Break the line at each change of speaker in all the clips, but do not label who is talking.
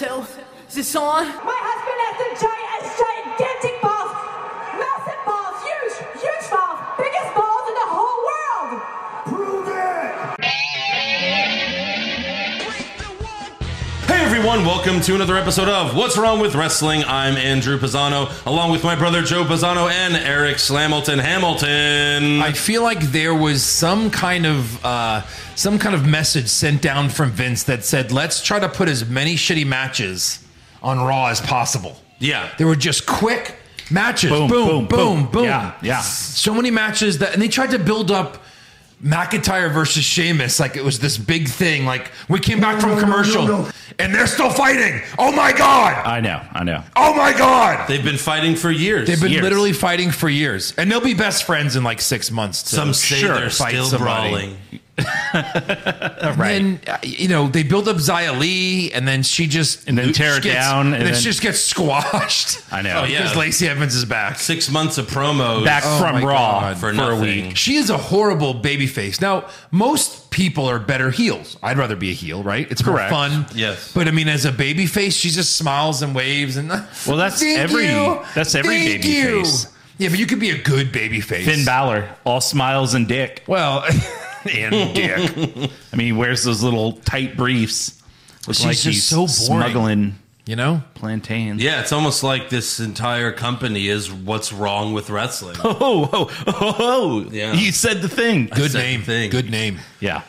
Oh, this on?
My husband has the giant, gigantic balls, massive balls, huge, huge balls, biggest balls in the whole world.
Prove it!
Hey everyone, welcome to another episode of What's Wrong with Wrestling. I'm Andrew Pisano, along with my brother Joe Pisano and Eric Slamilton Hamilton.
I feel like there was some kind of uh, some kind of message sent down from Vince that said, "Let's try to put as many shitty matches on Raw as possible."
yeah.
They were just quick matches. Boom, boom, boom, boom.
Yeah, yeah.
So many matches that, and they tried to build up McIntyre versus Sheamus like it was this big thing. Like we came back from
no,
commercial,
no, no.
and they're still fighting. Oh my god!
I know, I know.
Oh my god!
They've been fighting for years.
They've been
Years.
literally fighting for years, and they'll be best friends in like six months. To
Some say
Sure,
they're
fight
still brawling.
somebody. And then uh, you know they build up Zia Lee, and then she just
And then tear
she
it
gets-
down,
and,
and
then
then-
she just gets squashed.
I know.
Oh, yeah.
because Lacey Evans is back.
Six months of promos.
Back
Oh my
from Raw
God.
For
for, a
nothing.
week.
She is a horrible babyface. Now most people are better heels. I'd rather be a heel, right? It's
Correct.
more fun.
Yes.
but I mean, as a babyface, she just smiles and waves, and
Well, that's
Thank
every-
you.
that's every
Thank
babyface.
you. Yeah, but you could be a good babyface.
Finn Balor, all smiles and dick.
Well, and dick.
I mean, he wears those little tight briefs. Looks
She's
like
just
he's
so boring.
smuggling
You know.
plantains.
Yeah, it's almost like this entire company is what's wrong with wrestling.
Oh, oh, oh, oh.
Yeah.
You said the thing.
Good
Second
name.
thing.
Good name.
Yeah.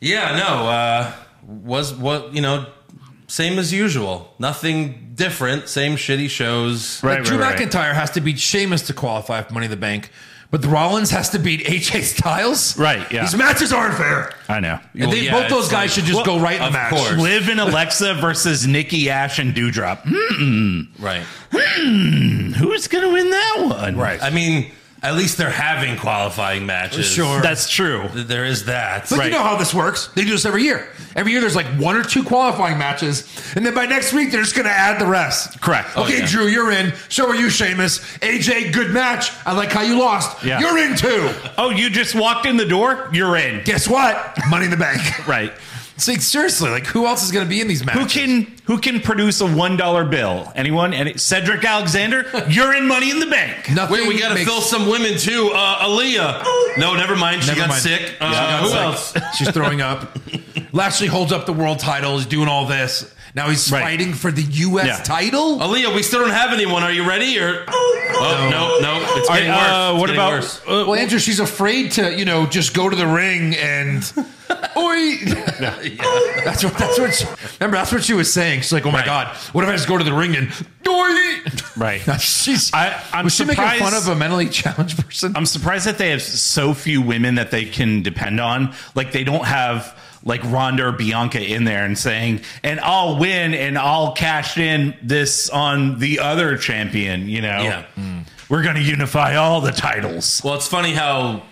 yeah, no, uh, was what, you know, same as usual. Nothing different, same shitty shows.
Right,
Like, Drew
right, right.
McIntyre has to beat Sheamus to qualify for Money in the Bank, but Rollins has to beat AJ Styles.
Right, yeah.
These matches aren't fair.
I know.
And
Well,
they,
yeah,
both those
it's
guys
like-
should just
Well,
go right in the
of
match.
course.
Liv and Alexa versus Nikki Ash and Dewdrop. Hmm,
Right.
Who's going to win that one?
Right.
I mean, at least they're having qualifying matches.
Sure.
That's true.
Th- There is that.
But
Right.
you know how this works. They do this every year. Every year there's like one or two qualifying matches, and then by next week they're just going to add the rest.
Correct. Oh,
Okay,
yeah.
Drew, you're in. So are you, Sheamus. AJ, good match. I like how you lost.
Yeah.
You're in too.
Oh, you just walked in the door? You're in.
Guess what? Money in the bank.
Right.
So, like, seriously, like who else is going to be in these matches?
Who can who can produce a one dollar bill? Anyone? Any, Cedric Alexander? You're in Money in the Bank.
Nothing
Wait, we gotta
makes-
fill some women too. Uh, Aaliyah. No, never mind. She
Never
got
mind.
sick.
Yeah,
Uh,
she got
who
sick.
else?
She's throwing up. Lashley holds up the world title. He's doing all this. Now he's
Right.
fighting for the U.S.
Yeah.
title.
Aaliyah, we still don't have anyone. Are you ready? Or oh no, no, it's
All right,
getting worse.
uh,
It's
what
getting
about
worse.
uh,
well, Andrew, she's afraid to, you know, just go to the ring and. Oi! That's what. That's what. She, remember, that's what she was saying. She's like, "Oh my
Right.
God, what if I just go to the ring and?" Oi!
Right.
She's.
I- I'm
was she making
surprised-
fun of a mentally challenged person?
I'm surprised that they have so few women that they can depend on. Like they don't have like Ronda or Bianca in there and saying, "And I'll win, and I'll cash in this on the other champion." You
Oh.
know,
Yeah.
we're going to unify all the titles.
Well, it's funny how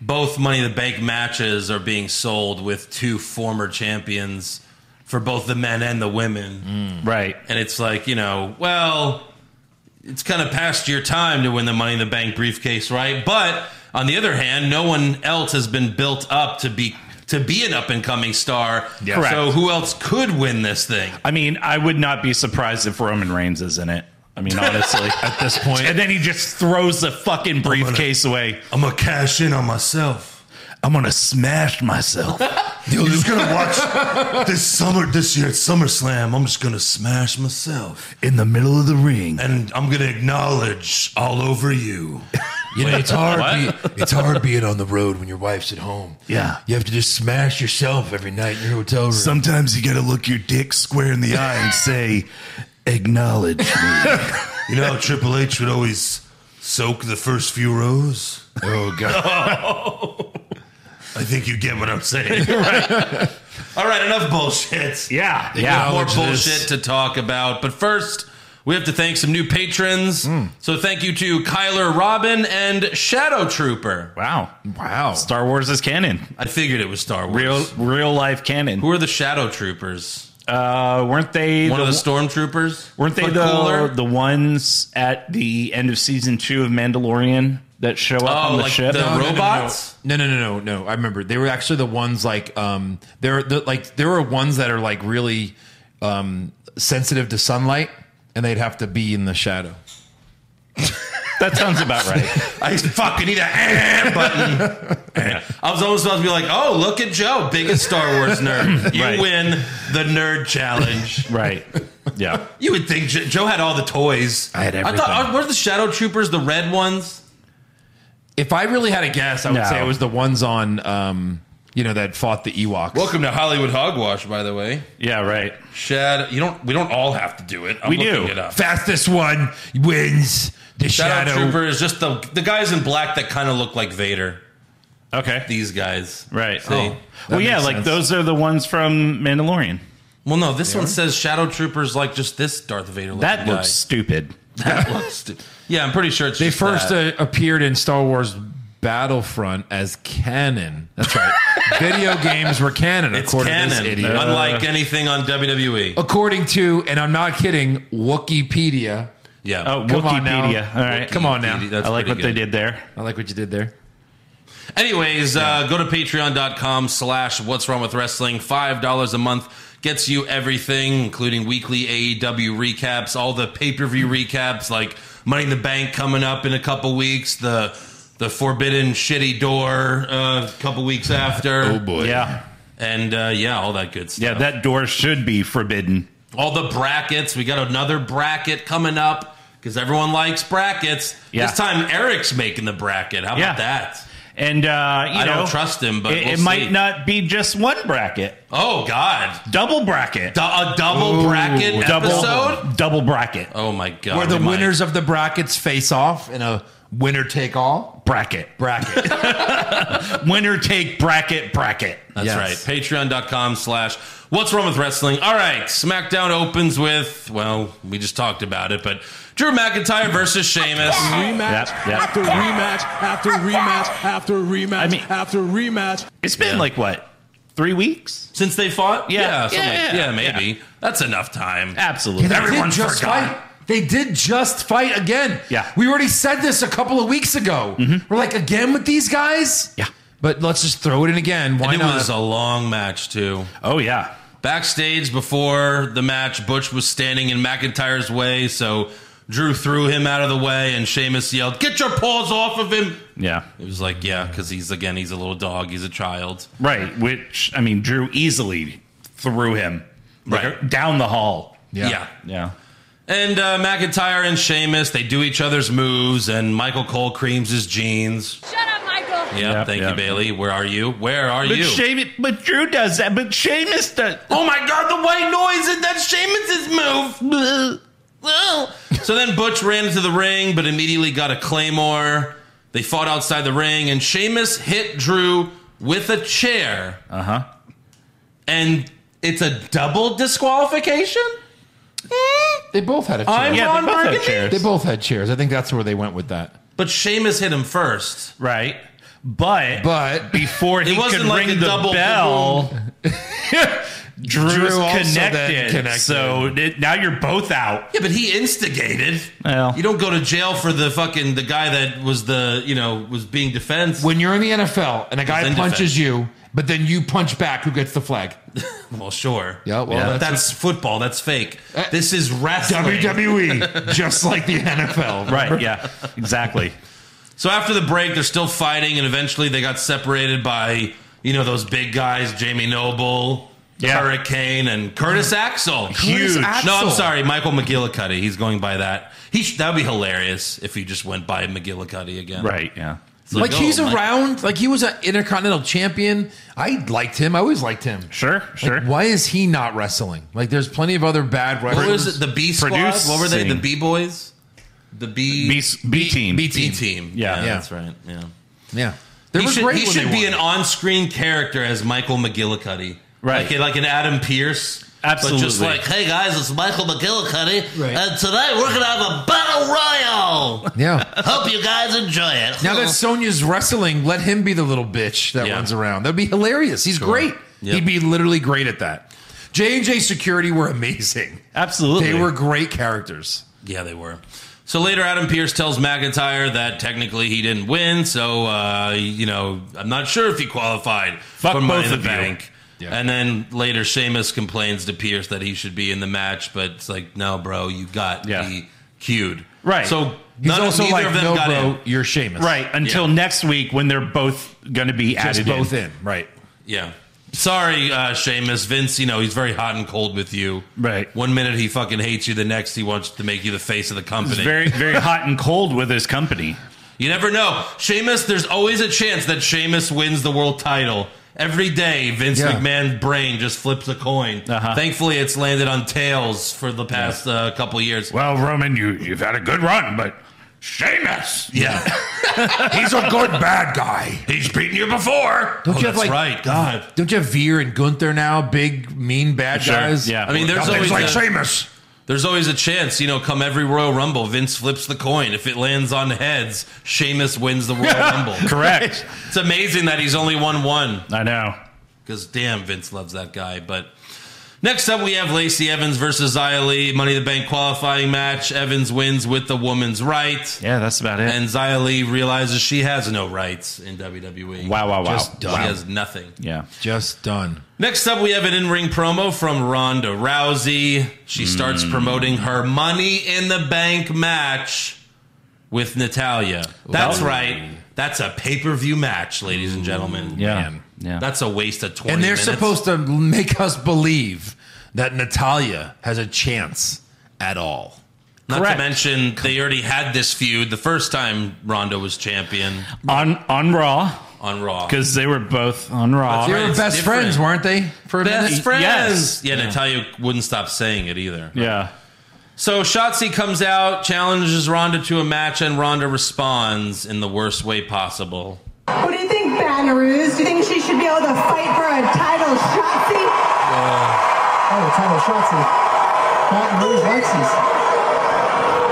both Money in the Bank matches are being sold with two former champions for both the men and the women,
Mm.
Right.
and it's like you know, well, it's kind of past your time to win the Money in the Bank briefcase, right? But on the other hand, no one else has been built up to be to be an up and coming star.
Correct.
So who else could win this thing?
I mean, I would not be surprised if Roman Reigns is in it. I mean, honestly, at
this point.
And then he just throws the fucking briefcase away.
I'm gonna cash in on myself.
I'm gonna smash myself.
You're just gonna watch this summer this year at SummerSlam. I'm just gonna smash myself,
in the middle of the ring.
and I'm gonna acknowledge all over you.
You know, it's hard. Be, it's hard being on the road when your wife's at home.
Yeah.
you have to just smash yourself every night in your hotel room.
Sometimes you gotta look your dick square in the eye and say, acknowledge me.
You know, how Triple H would always soak the first few rows.
oh god!
I think you get what I'm saying. All right, enough bullshit.
Yeah,
We
yeah.
have more
Acknowledge
bullshit to talk about. But first, we have to thank some new patrons.
Hmm.
So thank you to Kyler Robin and Shadow Trooper.
Wow.
Wow.
Star Wars is canon.
I figured it was Star Wars.
Real real life canon.
Who are the Shadow Troopers?
Uh weren't they
One
the,
of the Stormtroopers?
weren't they
But
the
cooler?
the ones at the end of season two of Mandalorian that show up
Oh,
on the
like
ship?
the
No, no, no, no,
robots?
No, no, no, no, no. I remember they were actually the ones like um, there, the, like there were ones that are like really um, sensitive to sunlight, and they'd have to be in the shadow.
That sounds about right.
I fucking need a eh button. Eh. I was almost about to be like, "Oh, look at Joe, biggest Star Wars nerd. You
Right.
win the nerd challenge."
right. Yeah.
You would think Jo- Joe had all the toys.
I had
I thought,
everything.
were the Shadow Troopers the red ones?
If I really had a guess, I would
No.
say it was the ones on, um, you know, that fought the Ewoks.
Welcome to Hollywood Hogwash, by the way.
Yeah, right.
Shad, you don't. We don't all have to do it. I'm
We
looking
do.
It up.
Fastest one wins the
Shadow,
shadow.
Trooper is just the the guys in black that kind of look like Vader.
Okay.
These guys,
right.
See?
Oh. Well, yeah,
makes
like
sense.
those are the ones from Mandalorian.
Well, no, this one says Shadow Troopers like just this Darth Vader.
That
guy.
looks stupid.
That looks stupid. Yeah, I'm pretty sure it's
They
just
first
that.
uh, appeared in Star Wars Battlefront as canon. That's right. Video games were canon,
it's
according to
canon,
this idiot.
unlike anything on E. WWE.
Oh,
according to, and I'm not kidding, Wikipedia.
Yeah.
Oh,
Come on now.
Wikipedia. All right.
Come on now.
Wikipedia, that's
I like what
pretty
they
good.
did there.
I like what you did there.
Anyways, uh, go to patreon.com slash what's wrong with wrestling. $5 a month gets you everything, including weekly AEW recaps, all the pay per view recaps, like Money in the Bank coming up in a couple weeks, the the Forbidden Shitty Door a couple weeks after.
Yeah.
And uh, yeah, all that good stuff.
Oh, Yeah, that door should be forbidden.
all the brackets. We got another bracket coming up because everyone likes brackets.
Yeah.
This time, Eric's making the bracket. How
Yeah.
about that?
And uh, you
I
know,
don't trust him, but
it,
we'll
it
see.
might not be just one bracket,
Oh God,
double bracket,
Du- a double
Ooh,
bracket
double
episode.
double bracket
Oh my God,
Where the
we might-
winners of the brackets face off in a winner take all
bracket,
bracket.
winner take bracket bracket.
That's
Yes.
right. Patreon.com slash what's wrong with wrestling. All right. SmackDown opens with, well, we just talked about it, but Drew McIntyre versus Sheamus.
rematch
Yep, yep.
after rematch after rematch after rematch
I mean-
after rematch.
It's been
Yeah.
like what three weeks?
Since they fought?
Yeah.
something
Yeah,
like- yeah,
yeah,
maybe. That's enough time.
Absolutely,
Everyone just fight. They did just fight again.
Yeah.
We already said this a couple of weeks ago.
Mm-hmm.
We're like, again with these guys?
Yeah.
But let's just throw it in again. Why
And it
not?
was a long match, too.
Oh yeah,
Backstage before the match, Butch was standing in McIntyre's way, so Drew threw him out of the way, and Sheamus yelled, Get your paws off of him!
yeah,
It was like, yeah, because he's, again, he's a little dog, he's a child.
right. Which I mean, Drew easily threw him like,
Right.
down the hall.
Yeah.
Yeah,
And uh, McIntyre and Sheamus, they do each other's moves, and Michael Cole creams his jeans.
Shut up, Michael.
Yeah,
Yep,
thank you,
yep.
Bailey. Where are you? Where are
but
you?
Sheamus, but Drew does that. But Sheamus does.
oh my God, the white noise in that Sheamus's move. Ugh. so then Butch ran into the ring, but immediately got a claymore. They fought outside the ring, and Sheamus hit Drew with a chair. Uh
Uh-huh.
huh. And it's a double disqualification. Hmm.
They both had a chair.
I'm
Yeah,
Ron
they both had
Burgundy.
chairs.
They both had chairs. I think that's where they went with that.
But Sheamus hit him first.
Right. But
But-
before he
It wasn't
could
like
ring
a
the
double
bell, Drew's
Drew also then
connected,
connected.
So it, now you're both out.
Yeah, but he instigated.
Well.
You don't go to jail for the fucking the guy that was the you know was being defense.
When you're in the NFL and a guy
in
punches
defense.
you, but then you punch back, who gets the flag?
well, sure.
Yeah, well,
But
that's- Uh,
that's football. That's fake. this is wrestling.
WWE, E, just like the NFL.
Right. Yeah. Exactly.
so after the break, they're still fighting, and eventually they got separated by you know those big guys, Jamie Noble,
Yeah.
Hurricane, and Curtis Axel.
Huge.
No, I'm
Mm-hmm. Axel.
sorry, Michael McGillicuddy. He's going by that. He sh- that'd be hilarious if he just went by McGillicuddy again.
Right. Yeah.
It's
Like
oh,
he's
my-
around, like he was an intercontinental champion. I liked him. I always liked him.
Sure. Sure.
Why is he not wrestling? Like there's plenty of other bad
What
wrestlers.
was it? The B squad? What were they? The
Producing.
B boys? The B
B, B team.
B
B
team.
team.
Yeah. Yeah.
that's right. Yeah.
Yeah. They
he
were
should,
great
he
when
should
they
be
won.
an on-screen character as Michael McGillicuddy.
Right.
Like, like an Adam Pierce. But just
Absolutely.
like, hey guys, it's Michael McGillicuddy.
Right.
And tonight we're going to have a battle royal.
Yeah.
Hope you guys enjoy it.
Now that Sonya's wrestling, let him be the little bitch that
Yeah.
runs around. That'd be hilarious. He's great.
Yep.
He'd be literally great at that. J and J Security were amazing.
Absolutely.
They were great characters.
Yeah, they were. So later, Adam Pierce tells McIntyre that technically he didn't win, so uh, you know I'm not sure if he qualified
Fuck
for Money
both
in the
of you.
Bank.
Yeah.
And then later, Sheamus complains to Pierce that he should be in the match, but it's like, no, bro, you got
Yeah.
me cued.
Right.
So
He's
none,
also
neither
like,
of them
no,
got
bro,
in.
you're Sheamus.
Right. Until
Yeah.
next week when they're both going to be
Just
added
both
in.
in. Right.
Yeah. Sorry, uh, Seamus. Vince, you know, he's very hot and cold with you.
Right.
One minute he fucking hates you, the next he wants to make you the face of the company.
It's very, very hot and cold with his company.
You never know. Sheamus, there's always a chance that Sheamus wins the world title. Every day, Vince
Yeah.
McMahon's brain just flips a coin.
Uh-huh.
Thankfully, it's landed on tails for the past uh, couple years.
Well, Roman, you, you've had a good run, but Sheamus,
Yeah.
he's a good bad guy.
He's beaten you before.
Don't
Oh,
you
that's
have like
right. God.
Don't you have Veer and Gunther now? Big mean bad
Sure,
guys.
yeah.
I mean, there's always, a,
Sheamus.
there's always a chance, you know, come every Royal Rumble, Vince flips the coin. If it lands on heads, Sheamus wins the Royal Rumble.
Correct.
It's amazing that he's only won one.
I know.
because damn, Vince loves that guy. But next up, we have Lacey Evans versus Xia Li, Money in the Bank qualifying match. Evans wins with the woman's right,
Yeah, that's about it.
and Xia Li realizes she has no rights in WWE.
wow, wow, wow.
Just
She
Wow.
has nothing.
Yeah.
Just done.
Next up, we have an in ring promo from Ronda Rousey. She starts
Mm.
promoting her Money in the Bank match with Natalia. That's
Ooh.
right. That's a pay per view match, ladies and gentlemen.
Yeah.
Man.
Yeah.
That's a waste of 20
And they're
minutes.
supposed to make us believe that Natalia has a chance at all.
Not
Correct.
to mention they already had this feud the first time Ronda was champion
on on Raw
on Raw.
because they were both on Raw.
They
That's
were
It's
best
different.
friends, weren't they? For a
Best
minute?
friends.
Yes.
Yeah, Natalia wouldn't stop saying it either.
Yeah.
So Shotzi comes out, challenges Ronda to a match, and Ronda responds in the worst way possible.
What do you think, Banneroos? Do you think she should be able to fight for a title shot?
Oh, the title shots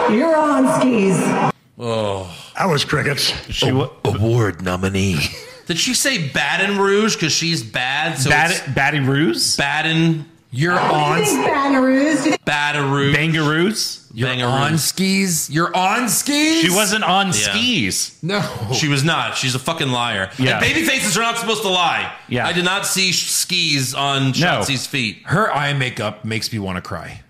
in Baton Rouge, Lexus.
You're on skis.
That was crickets.
She
Oh,
wa-
Award nominee.
Did she say Baton Rouge because she's bad? So
Bat-
it's
Batty Ruse?
Baton
You're
What do
on.
you think, Banneroos? Do you think
Baton Rouge.
Bangaroos?
You're
Bangaroo.
on skis. You're on skis.
She wasn't on skis.
No.
She was not. She's a fucking liar.
Yeah.
And baby faces are not supposed to lie.
Yeah.
I did not see sh- skis on Shotzi's feet.
Her eye makeup makes me want to cry.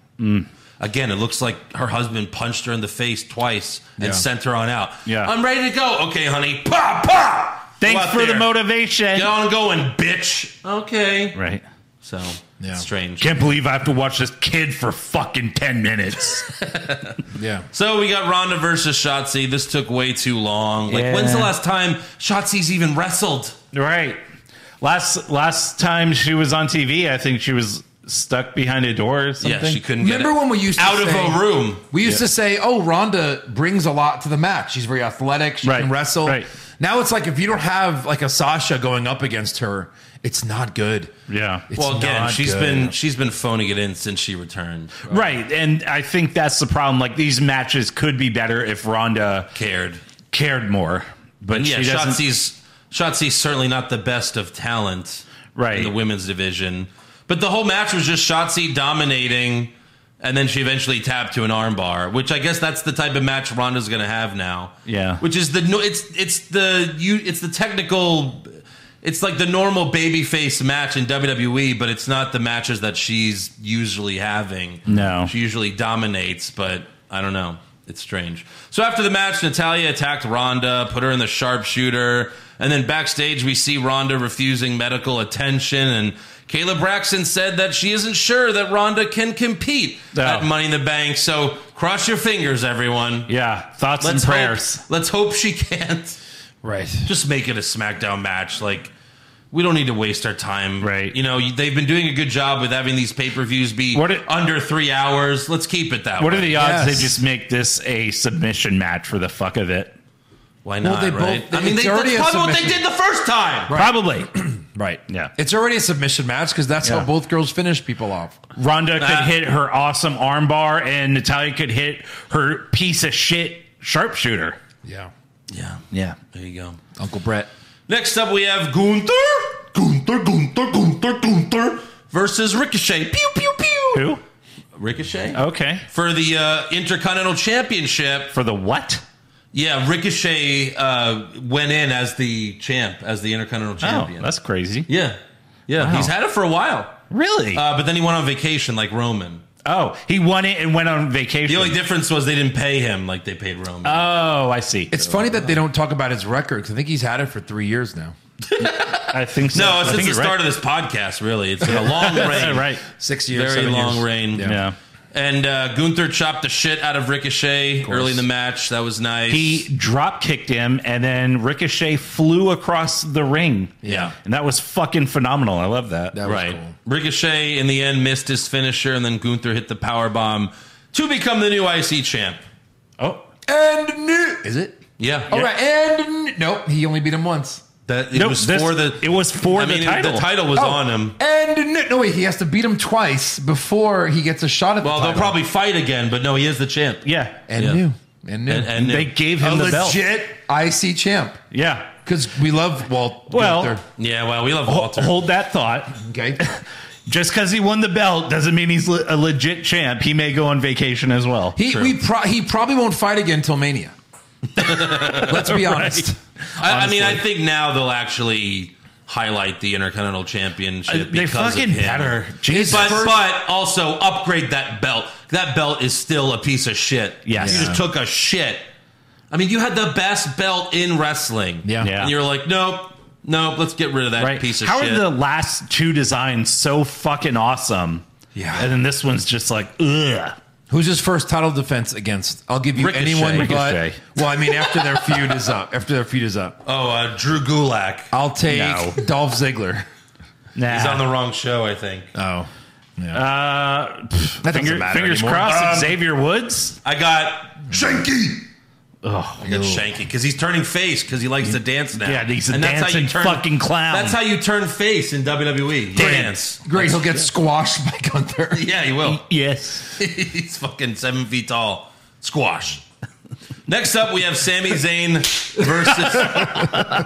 Again, it looks like her husband punched her in the face twice and
Yeah.
sent her on out.
Yeah.
I'm ready to go. Okay, honey. Pop, pop.
Thanks
Go out
for the
there.
motivation.
Get on going, bitch. Okay.
Right.
So,
Yeah.
strange.
Can't believe I have to watch this kid for fucking 10 minutes.
Yeah.
So we got Ronda versus Shotzi. This took way too long. Like, when's the
Yeah.
last time Shotzi's even wrestled?
right. Last last time she was on TV, I think she was stuck behind a door or something.
Yeah, she couldn't get
Remember
it.
when we used to
out of
say-
a room.
We used to say, "Oh, Ronda brings a lot to the match. She's very athletic. She
Right,
can wrestle."
right.
Now it's like if you don't have like a Sasha going up against her, it's not good.
Yeah.
It's
Well, again,
not
she's
good.
been she's been phoning it in since she returned.
Right. And I think that's the problem. Like these matches could be better if Ronda
Cared.
cared more. But
yeah,
she doesn't.
Shotzi's Shotzi's certainly not the best of talent
Right.
in the women's division. But the whole match was just Shotzi dominating, and then she eventually tapped to an armbar, which I guess that's the type of match Ronda's going to have now.
Yeah.
which is the no- it's it's the you it's the technical. It's like the normal babyface match in WWE, but it's not the matches that she's usually having.
No.
She usually dominates, but I don't know. It's strange. So after the match, Natalia attacked Ronda, put her in the sharpshooter, and then backstage we see Ronda refusing medical attention, and Kayla Braxton said that she isn't sure that Ronda can compete
Oh.
at Money in the Bank. So cross your fingers, everyone.
yeah. Thoughts
Let's
and prayers.
hope. Let's hope she can't.
right.
Just make it a SmackDown match, like. We don't need to waste our time,
Right.
You know, they've been doing a good job with having these pay per views be
What it-
under three hours. Let's keep it that
What
way.
are the odds
Yes.
they just make this a submission match for the fuck of it?
Why
Well,
not?
they
right?
both-
I mean,
it's
they,
already
that's
a
probably what they
submission.
did the first time.
Probably.
Right.
Yeah.
It's already a submission match because that's
Yeah.
how both girls finish people off.
Ronda could
Uh,
hit her awesome armbar, and Natalia could hit her piece of shit sharpshooter.
Yeah.
Yeah,
Yeah.
there you go.
Uncle Brett.
Next up, we have Gunther, Gunther, Gunther, Gunther, Gunther versus Ricochet. Pew pew pew.
Who? Oh.
Ricochet
Okay.
for the uh, Intercontinental Championship.
For the what?
Yeah, Ricochet uh, went in as the champ, as the Intercontinental
Oh,
Champion.
that's crazy.
yeah. Yeah,
Wow.
he's had it for a while.
Really?
Uh, but then he went on vacation like Roman.
oh, he won it and went on vacation.
The only difference was they didn't pay him like they paid Roman.
oh, I see.
It's funny that they don't talk about his record 'cause I think he's had it for three years now.
I think so.
no,
I
since
think
the
you're right.
start of this podcast, really. It's been a long reign.
right.
Six years,
Very
seven
long
years.
reign.
Yeah.
Yeah.
And uh, Gunther chopped the shit out of Ricochet early in the match. That was nice.
He drop kicked him, and then Ricochet flew across the ring.
Yeah.
and that was fucking phenomenal. I love that.
That was
right.
cool.
Ricochet in the end missed his finisher, and then Gunther hit the power bomb to become the new IC champ.
oh,
And new. Is it?
Yeah.
All right. And n- nope. He only beat him once.
That it
Nope,
was
this-
for the
it was for
I
the
mean,
title.
The title was
Oh,
on him.
And n- no, wait. He has to beat him twice before he gets a shot at
Well,
the
they'll
title.
probably fight again, but no, he is the champ.
yeah,
And
Yeah.
new. And new.
And, and
they gave him
a
the belt.
legit IC champ.
Yeah.
Because we love Walt.
Well-
Gunther,
yeah, well, we love
Ho-
Walter.
Hold that thought.
okay.
Just because he won the belt doesn't mean he's le- a legit champ. He may go on vacation as well.
He we pro- he probably won't fight again till Mania. Let's be honest.
I, I mean, I think now they'll actually highlight the Intercontinental Championship.
Uh, they
because
fucking
of him.
better. Jesus.
But,
First-
but also upgrade that belt. That belt is still a piece of shit.
Yes.
You
Yeah.
just took a shit. I mean, you had the best belt in wrestling.
Yeah.
Yeah.
And you're like, nope, nope, let's get rid of that
right?
piece of
How
shit.
are the last two designs so fucking awesome?
Yeah.
and then this one's just like ugh.
Who's his first title defense against? I'll give you
Ricochet.
anyone
Ricochet.
but well, I mean after their feud is up. After their feud is up.
oh, uh, Drew Gulak.
I'll take
No.
Dolph Ziggler.
Nah.
He's on the wrong show, I think.
Oh. Yeah.
uh, pff,
doesn't
finger-
matter
fingers
anymore.
crossed.
Um,
Xavier Woods.
I got Shanky. Oh, I got Shanky because he's turning face because he likes to dance now.
Yeah, he's a
that's how you
dancing fucking clown.
That's how you turn face in WWE. You Dance.
Great, he'll get squashed by Gunther.
Yeah, he will.
Yes.
he's fucking seven feet tall. Squash. Next up, we have Sami Zayn versus.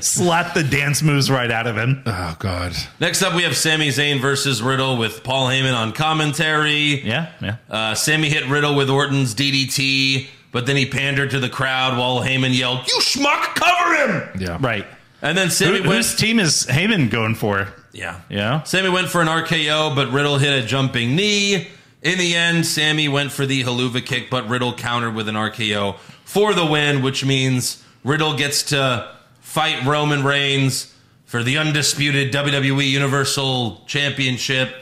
Slap the dance moves right out of him.
Oh god.
next up, we have Sami Zayn versus Riddle with Paul Heyman on commentary.
Yeah, yeah.
Uh, Sammy hit Riddle with Orton's DDT, but then he pandered to the crowd while Heyman yelled, "You schmuck, cover him!"
Yeah.
Right.
And then Sammy
Who,
went.
whose team is Heyman going for?
Yeah.
Yeah.
Sammy went for an RKO, but Riddle hit a jumping knee. In the end, Sammy went for the haluva kick, but Riddle countered with an RKO for the win, which means Riddle gets to fight Roman Reigns for the undisputed WWE Universal Championship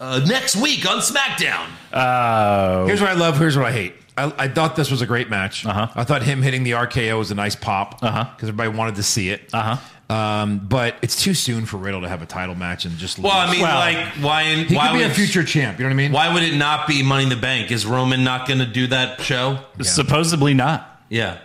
uh, next week on SmackDown.
Here's what I love. Here's what I hate. I, I thought this was a great match.
Uh-huh.
I thought him hitting the RKO was a nice pop because
Uh-huh.
everybody wanted to see it.
Uh-huh.
Um, but it's too soon for Riddle to have a title match and just.
Well, I
lose.
mean,
Well,
like, why? In,
he
why
could be a
would-
future champ. You know what I mean?
Why would it not be Money in the Bank? Is Roman not going to do that show?
Supposedly not.
Yeah.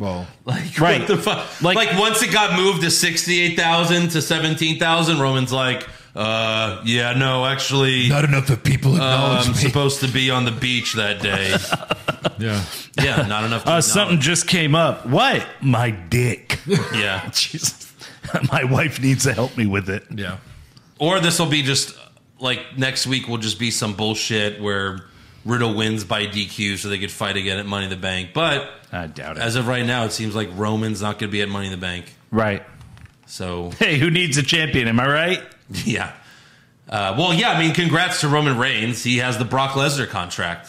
Well,
Like
Right.
what the fuck? Like,
Like-
once it got moved to sixty eight thousand to seventeen thousand, Roman's like, uh, yeah, no, actually, uh,
not enough of
Um,
people acknowledge
I'm
me.
supposed to be on the beach that day.
yeah.
yeah, not enough. To
Uh, something
acknowledge.
just came up. What? My dick.
yeah,
Jesus. My wife needs to help me with it.
Yeah.
or this will be just like next week will just be some bullshit where Riddle wins by DQ, so they could fight again at Money in the Bank. But
I doubt it.
as of right now, it seems like Roman's not going to be at Money in the Bank.
right.
So
Hey, who needs a champion? Am I right?
yeah. Uh, well, yeah, I mean, congrats to Roman Reigns. He has the Brock Lesnar contract.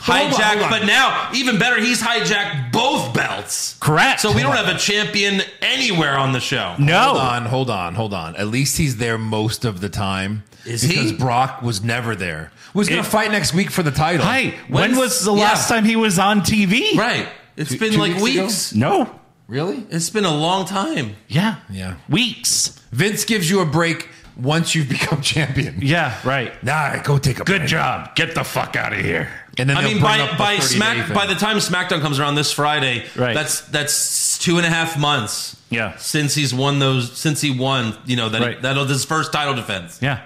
hold on,
Hijacked,
hold on.
but now, even better, he's hijacked both belts.
Correct.
So we don't have a champion anywhere on the show.
No.
Hold on, hold on, hold on. At least he's there most of the time.
Is he?
because Brock was never there. Who's going
It-
to fight next week for the title?
Hey, when
When's-
was the last
yeah.
time he was on TV?
Right. It's
Two-
been
two
like
weeks ago?
weeks.
No.
Really?
It's been a long time.
Yeah.
Yeah.
Weeks.
Vince gives you a break once you've become champion.
Yeah, right.
Nah, go take a
Good
break.
job. Get the fuck out of here.
And then
I
they'll
mean,
bring
by
up the
by
30 day
Smack
thing.
by the time SmackDown comes around this Friday,
Right.
That's that's two and a half months.
Yeah.
Since he's won those, since he won, you know that
Right.
that'll his first title defense.
Yeah.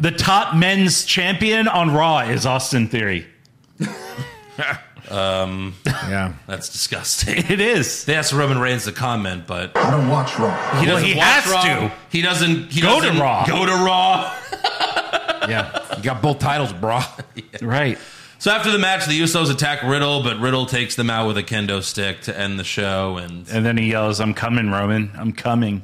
The top men's champion on Raw is Austin Theory.
yeah.
That's disgusting.
It is.
They asked Roman Reigns to comment, but
I don't watch Raw.
He, he
watch
has
Raw.
to.
He doesn't. He
Go to
doesn't
Raw.
Go to Raw.
Yeah. You got both titles, bro.
Right.
So after the match, the Usos attack Riddle, but Riddle takes them out with a kendo stick to end the show. And
And then he yells, I'm coming, Roman. I'm coming.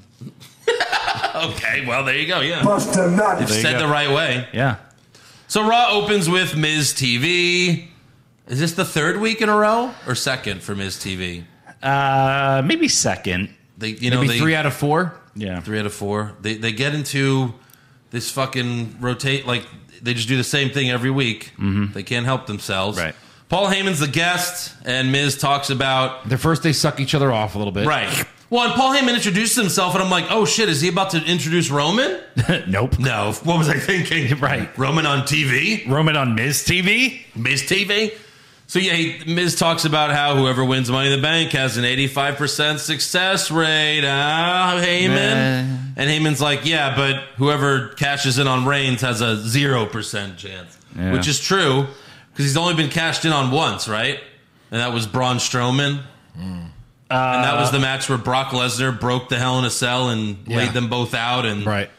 okay, well there you go. Yeah,
Bust a nut.
There you
said
go.
the right way.
Yeah.
So Raw opens with Ms. TV. Is this the third week in a row or second for Ms. TV?
Uh, maybe second.
They, you know,
Maybe
they,
three out of four.
Yeah.
three out of four. They they get into this fucking rotate like they just do the same thing every week. Mm-hmm. They can't help themselves.
Right.
Paul Heyman's the guest, and Miz talks about
The first they suck each other off a little bit.
right. Well, and Paul Heyman introduced himself, and I'm like, oh shit, is he about to introduce Roman?
nope.
No, what was I thinking?
Right.
Roman on TV,
Roman on Miz TV?
Miz TV. So yeah, he, Miz talks about how whoever wins Money in the Bank has an 85% success rate. Ah, Heyman.
Nah.
And Heyman's like, yeah, but whoever cashes in on Reigns has a 0% chance,
Yeah.
which is true because he's only been cashed in on once, right? And that was Braun Strowman. and that was the match where Brock Lesnar broke the Hell in a Cell and laid them both out, and
Right.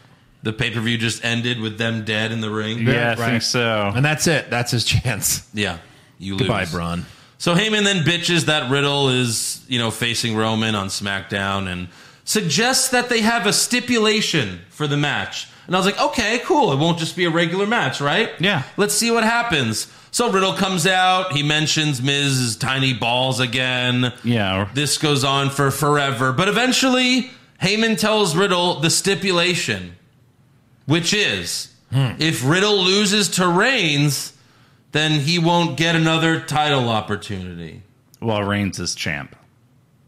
the pay per view just ended with them dead in the ring.
Yeah, I
right.
think so.
And that's it. That's his chance.
Yeah, you lose.
Goodbye, Braun.
So Heyman then bitches that Riddle is, you know, facing Roman on SmackDown and suggests that they have a stipulation for the match. And I was like, okay, cool. It won't just be a regular match, right?
Yeah.
Let's see what happens. So Riddle comes out. He mentions Miz's tiny balls again.
Yeah.
This goes on for forever. But eventually, Heyman tells Riddle the stipulation, which is if Riddle loses to Reigns, then he won't get another title opportunity.
Well, Reigns is champ.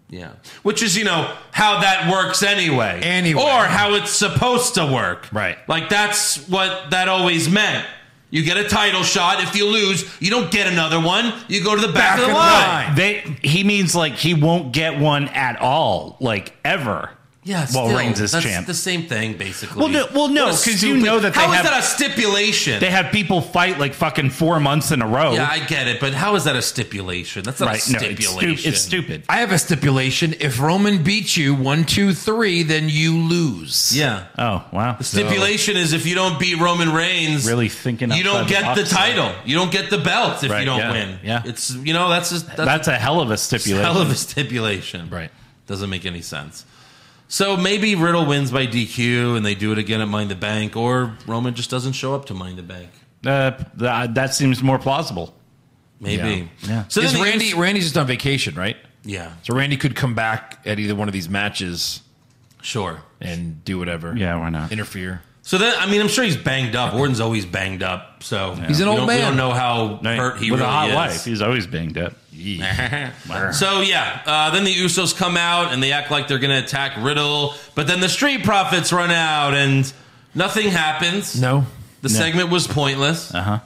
Yeah. Which is, you know, how that works anyway.
Anyway.
Or how it's supposed to work.
Right.
Like that's what that always meant. You get a title shot. If you lose, you don't get another one. You go to the back, of the line.
They he means like he won't get one at all, like ever.
Yes.
While
still,
Reigns is
that's
champ.
the same thing, basically.
Well, no- well, no,
What a
'cause you
stupid-
know that they
how is
have-
that a stipulation?
They have people fight like fucking four months in a row.
yeah, I get it, but how is that a stipulation? That's not a
right. No, it's,
stipulation.
stu- it's stupid.
I have a stipulation. If Roman beats you one, two, three, then you lose.
Yeah.
Oh wow.
The stipulation is if you don't beat Roman Reigns,
Really thinking
you don't
outside the
get the,
box there.
title. You don't get the belt if
Right,
you don't
yeah,
win.
yeah.
It's you know that's just, that's,
That's a hell of a
a
stipulation.
hell of a stipulation.
Right.
Doesn't make any sense. So maybe Riddle wins by DQ and they do it again at Mind the Bank, or Roman just doesn't show up to Mind the Bank.
uh, th- that seems more plausible.
Maybe.
Yeah.
Yeah.
So
is
then the
Randy
ins-
Randy's just on vacation, right?
yeah.
So Randy could come back at either one of these matches
Sure.
and do whatever.
Yeah, why not?
Interfere.
So then, I mean, I'm sure he's banged up. Orton's always banged up, so
He's an
we
old
don't-
man.
We don't know how hurt he
with
really
a hot
is.
wife, he's always banged up.
So yeah, uh, then the Usos come out and they act like they're going to attack Riddle, but then the Street Profits run out and nothing happens.
No.
the segment was pointless. Uh huh.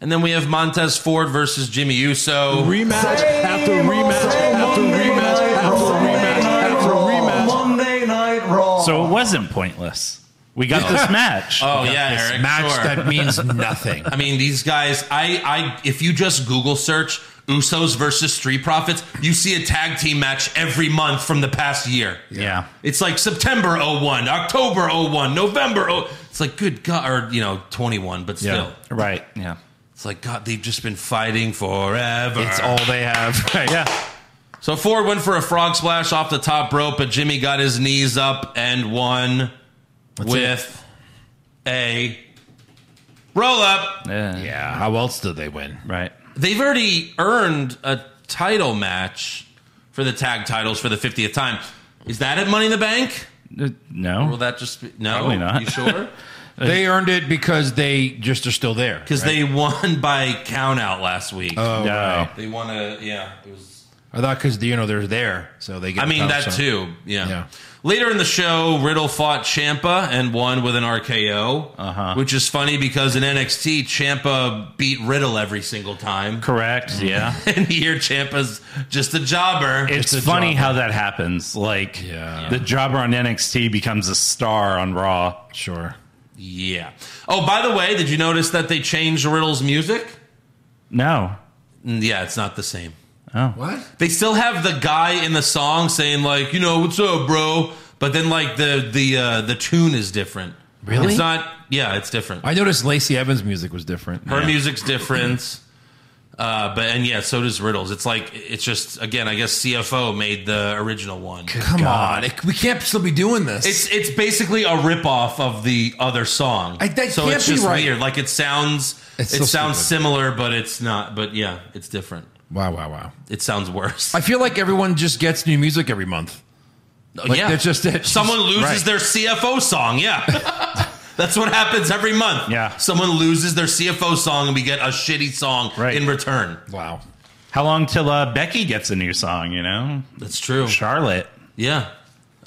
And then we have Montez Ford versus Jimmy Uso.
Rematch after rematch after rematch after rematch after rematch.
Monday Night Raw.
So it wasn't pointless. We got this match.
oh yeah,
This
Eric.
match
sure.
that means nothing.
I mean, these guys. I, I, if you just Google search Usos versus Street Profits, you see a tag team match every month from the past year.
yeah.
It's like September 01, October 01, November 0. It's like, good God, or, you know, 21, but still.
Right. Yeah.
It's like, God, they've just been fighting forever.
It's all they have.
Right, yeah.
so Ford went for a frog splash off the top rope, but Jimmy got his knees up and won with a roll up.
Yeah.
Yeah. How else do they win?
Right.
They've already earned a title match for the tag titles for the 50th time. Is that at Money in the Bank?
Uh, No.
Will that just be. No.
Probably not.
You sure?
They earned it because they just are still there.
Because they won by count out last week.
Oh,
no.
right.
They want to, yeah. It was.
I thought because you know they're there, so they get.
I mean
the
that
title shot.
too. Yeah.
Yeah.
Later in the show, Riddle fought Champa and won with an RKO,
Uh-huh.
which is funny because in NXT, Champa beat Riddle every single time,
Correct. Yeah.
and here Champa's just a jobber.
It's
a
funny
jobber.
how that happens. Like
Yeah.
the jobber on NXT becomes a star on Raw.
Sure.
yeah. Oh, by the way, did you notice that they changed Riddle's music?
No.
Mm, Yeah, it's not the same.
What?
They still have the guy in the song saying like, you know, what's up, bro? But then like the the uh, the tune is different.
Really?
It's not. Yeah, it's different.
I noticed Lacey Evans' music was different.
Her music's different. Uh, but and yeah, so does Riddles. It's like it's just again, I guess CFO made the original one.
Come on, it, we can't still be doing this.
It's it's basically a ripoff of the other song.
I- that
so
can't
it's
be
just
right.
weird. Like it sounds
It's
it
so
sounds
stupid.
similar, but it's not. But yeah, it's different.
wow, wow, wow.
It sounds worse.
I feel like everyone just gets new music every month. like,
yeah,
that's just it.
Someone loses
Right.
their CFO song. Yeah. That's what happens every month.
Yeah.
Someone loses their CFO song and we get a shitty song
Right.
in return.
Wow.
How long till uh, Becky gets a new song? You know,
That's true.
Charlotte.
Yeah.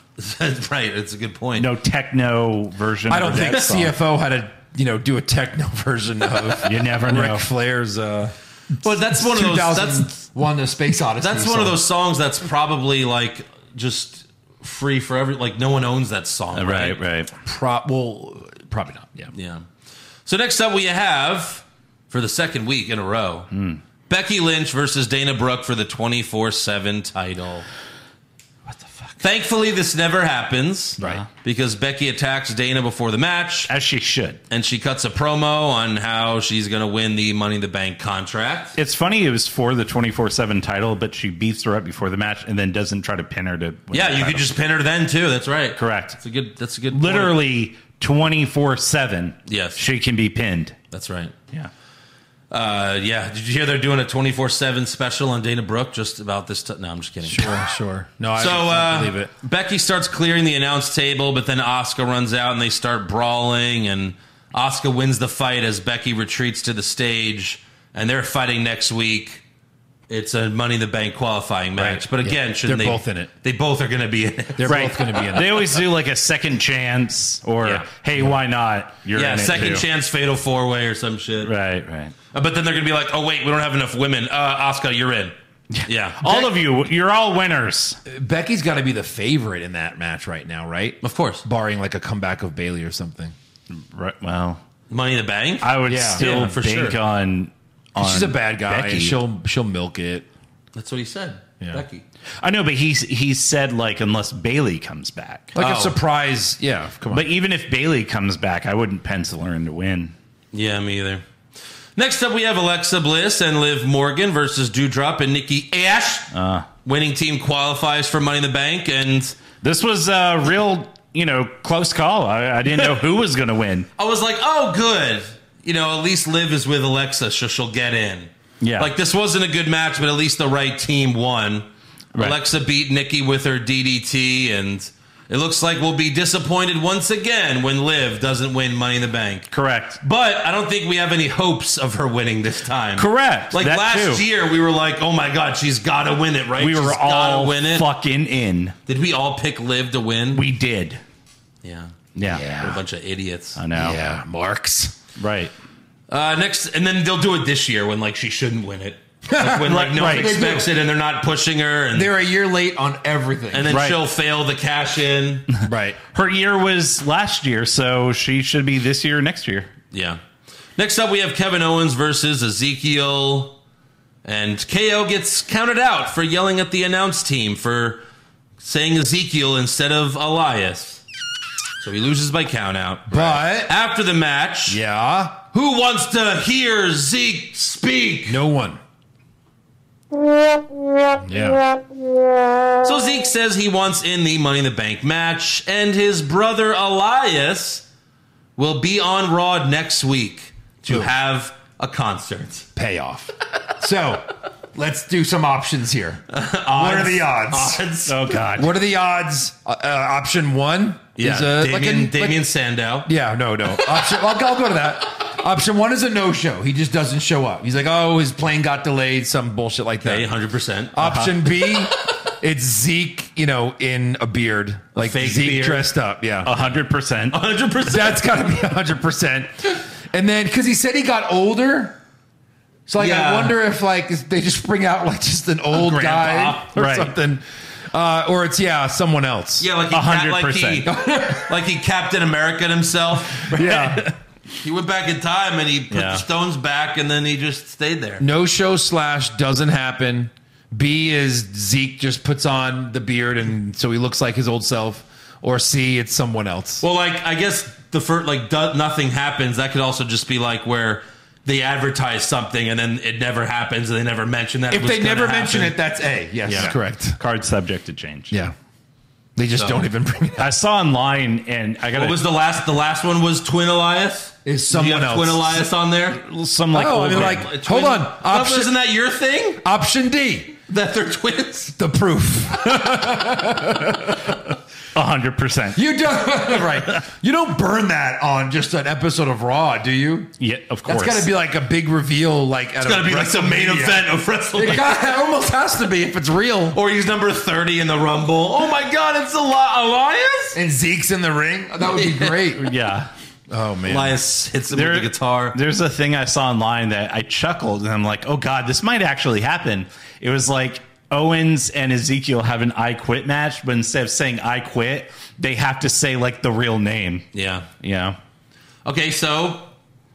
right. It's a good point.
No techno version.
I
of
don't
her
think
next song.
CFO had a you know do a techno version of
You never know.
Ric Flair's uh,
But that's one of those that's
2001 The Space Odyssey.
that's one of those songs that's probably like just free for every like no one owns that song.
Uh, Right, right.
prop. Well, probably not. Yeah.
Yeah. So next up we have for the second week in a row.
Hmm.
Becky Lynch versus Dana Brooke for the 24/7 title. What the fuck? Thankfully this never happens.
Right.
Because Becky attacks Dana before the match
As she should.
and she cuts a promo on how she's going to win the Money in the Bank contract.
It's funny. It was for the twenty four seven title, but she beats her up before the match and then doesn't try to pin her to. Win
yeah,
the
you could
title.
just pin her then too. That's right.
Correct.
That's a good that's a good point.
literally twenty four seven.
Yes.
she can be pinned.
That's right.
Yeah.
Uh, yeah. Did you hear they're doing a 24/7 special on Dana Brooke just about this t- No, I'm just kidding.
Sure, sure. No, I
So
don't
uh,
believe it.
Becky starts clearing the announce table, but then Oscar runs out and they start brawling, and Oscar wins the fight as Becky retreats to the stage, and they're fighting next week. It's a Money in the Bank qualifying match,
Right.
but
Yeah.
again, shouldn't
They're
they
both in it.
They both are going to be in it.
They're both going to be in
They
it.
always do like a second chance or
Yeah.
hey, why not? You're
yeah,
in it
second
too.
chance fatal four way or some shit.
Right, right.
Uh, But then they're going to be like, oh wait, we don't have enough women. Uh, Oscar, you're in. Yeah,
All of you, you're all winners.
Becky's got to be the favorite in that match right now, right?
of course.
Barring like a comeback of Bailey or something.
Right. Well,
Money in the Bank.
I would
Yeah.
still
Yeah, for
bank
sure.
on, on.
She's a bad guy.
Becky.
She'll she'll milk it.
That's what he said.
Yeah.
Becky.
I know, but he's he said like unless Bailey comes back.
Like a
Oh.
surprise. Yeah, come on.
But even if Bailey comes back, I wouldn't pencil her in to win.
Yeah, me either. Next up, we have Alexa Bliss and Liv Morgan versus Dewdrop and Nikki Ash. Winning team qualifies for Money in the Bank, and
This was a real, you know, close call. I, I didn't know who was going to win.
I was like, "Oh, good." You know, at least Liv is with Alexa, so she'll get in.
Yeah.
like this wasn't a good match, but at least the right team won.
Right.
Alexa beat Nikki with her DDT, and it looks like we'll be disappointed once again when Liv doesn't win Money in the Bank.
Correct.
But I don't think we have any hopes of her winning this time.
Correct.
Like
That
last
too.
year, we were like, "Oh my god, she's got to win it!" Right?
We
She's
were
gotta
all
win it.
fucking in.
Did we all pick Liv to win?
We did.
yeah.
Yeah.
We're a bunch of idiots.
I know.
yeah, marks.
Right.
Uh, next, and then they'll do it this year when like she shouldn't win it. Like, when like no
Right.
one expects it, and they're not pushing her, and
They're a year late on everything.
and then
Right.
she'll fail the cash in.
right.
Her year was last year, so she should be this year, or next year.
yeah. Next up, we have Kevin Owens versus Ezekiel, and KO gets counted out for yelling at the announce team for saying Ezekiel instead of Elias. So he loses by count out.
But
After the match,
yeah,
who wants to hear Zeke speak?
no one. Yeah.
So Zeke says he wants in the Money in the Bank match, and his brother Elias will be on Raw next week to
Ooh.
have a concert.
Payoff. so let's do some options here. What are the odds?
Odds.
Oh God.
What are the odds? Uh, uh, option one
Yeah,
is a like
Damien,
a- like-
Damien Sandow.
yeah, no, no. Option, I'll, I'll go to that. Option one is a no show. He just doesn't show up. He's like, oh, his plane got delayed, some bullshit like that.
Okay, 100%.
Option B, it's Zeke, you know, in a beard, like
fake
Zeke
beard. Uh-huh.
dressed up. Yeah,
hundred percent.
100%.
that's got to be hundred percent. And then because he said he got older, so like
Yeah.
I wonder if like if they just bring out like just an old guy
grandpa.
or
Right.
something, uh, or it's yeah someone else.
yeah, like he, ca- like, he,
100%.
like he Captain America himself.
yeah.
He went back in time and he put
Yeah.
the stones back and then he just stayed there.
No show slash doesn't happen. B is Zeke just puts on the beard and so he looks like his old self. Or C, it's someone else.
Well, like I guess the first like do, nothing happens. That could also just be like where they advertise something and then it never happens and they never mention that. it
If
was
they
gonna
never mention
happen.
it, that's A. Yes,
Yeah.
correct.
Card subject to change.
Yeah. They just
So-
don't even bring it up.
I saw online and I got
what was the last? The last one was Twin Elias.
Is
Do you
someone
have
else.
Twin Elias on there?
some like
Oh, I
old
mean,
man.
like-
Twin-
Hold on.
No,
Option-
isn't that your thing?
Option D,
That they're twins?
the proof.
hundred percent.
You don't right. You don't burn that on just an episode of Raw, do you?
Yeah, of course.
That's got to be like a big reveal. Like it's
It's gotta be like the main event of WrestleMania.
It, got, it almost has to be if it's real.
or he's number 30 in the Rumble. Oh my God, it's Eli- Elias?
And Zeke's in the ring. That would be great.
yeah.
Oh man.
Elias hits him with the guitar.
There's a thing I saw online that I chuckled and I'm like, oh God, this might actually happen. It was like Owens and Ezekiel have an I quit match, but instead of saying I quit, they have to say like the real name.
Yeah.
Yeah.
Okay, so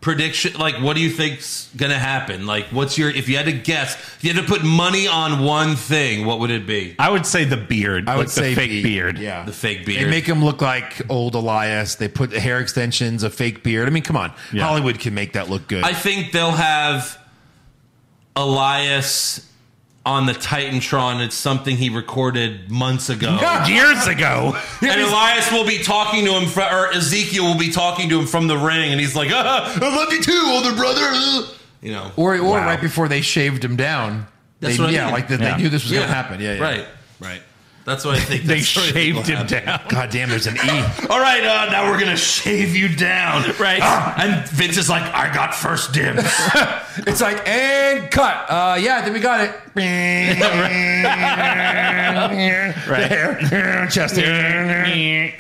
prediction like what do you think's gonna happen? Like what's your if you had to guess, if you had to put money on one thing, what would it be?
I would say the beard.
I would
like
say
the fake
B.
beard.
Yeah.
The fake
They
beard.
make him look like old Elias. They put the hair extensions, a fake beard. I mean, come on.
Yeah.
Hollywood can make that look good.
I think they'll have Elias on the Titantron. It's something he recorded months ago.
Years ago.
And Elias will be talking to him, fr or Ezekiel will be talking to him from the ring, and he's like, ah, "I love you too, older brother." uh." You know,
or or
Wow.
right before they shaved him down.
That's
they,
what I
yeah,
mean.
like that
Yeah.
they knew this was
Yeah.
going to happen. Yeah, yeah.
right, right. That's what I think.
They
that's what I think will
shaved him
happen.
down.
God damn, there's an E.
All right, uh, now we're gonna shave you down,
Right.
Ah, and Vince is like, "I got first dibs."
It's like, and cut. Uh, yeah, I think we got it. right.
Eric,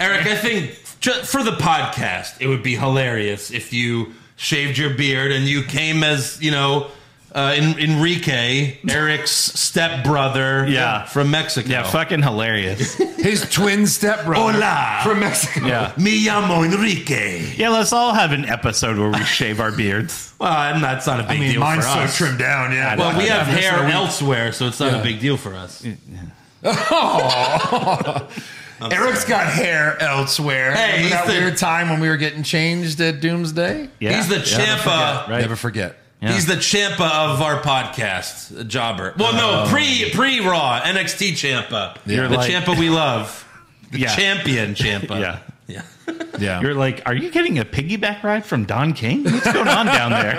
I think ju- for the podcast, it would be hilarious if you shaved your beard and you came as you know. Uh, En- Enrique, Eric's stepbrother
Yeah.
from Mexico.
Yeah, fucking hilarious.
His twin stepbrother
Hola.
from Mexico.
Yeah.
Me llamo Enrique.
Yeah, let's all have an episode where we shave our beards.
Well, I'm not, it's not a big
I mean,
deal
mine's
for
so
us.
trimmed down. Yeah.
Well, we have
That's
hair
what we-
elsewhere, so it's not
Yeah.
a big deal for us.
Eric's got hair elsewhere.
Hey,
Remember
he's
that
the-
weird time when we were getting changed at Doomsday.
Yeah.
He's the
Yeah.
Champa.
Right.
Never forget.
Yeah.
He's the Champa of our podcast, Jobber. Well, no, pre pre Raw NXT Champa.
You're
the
like-
Champa we love. The
Yeah.
champion Champa.
Yeah.
yeah.
Yeah.
You're like, are you getting a piggyback ride from Don King? What's going on down there?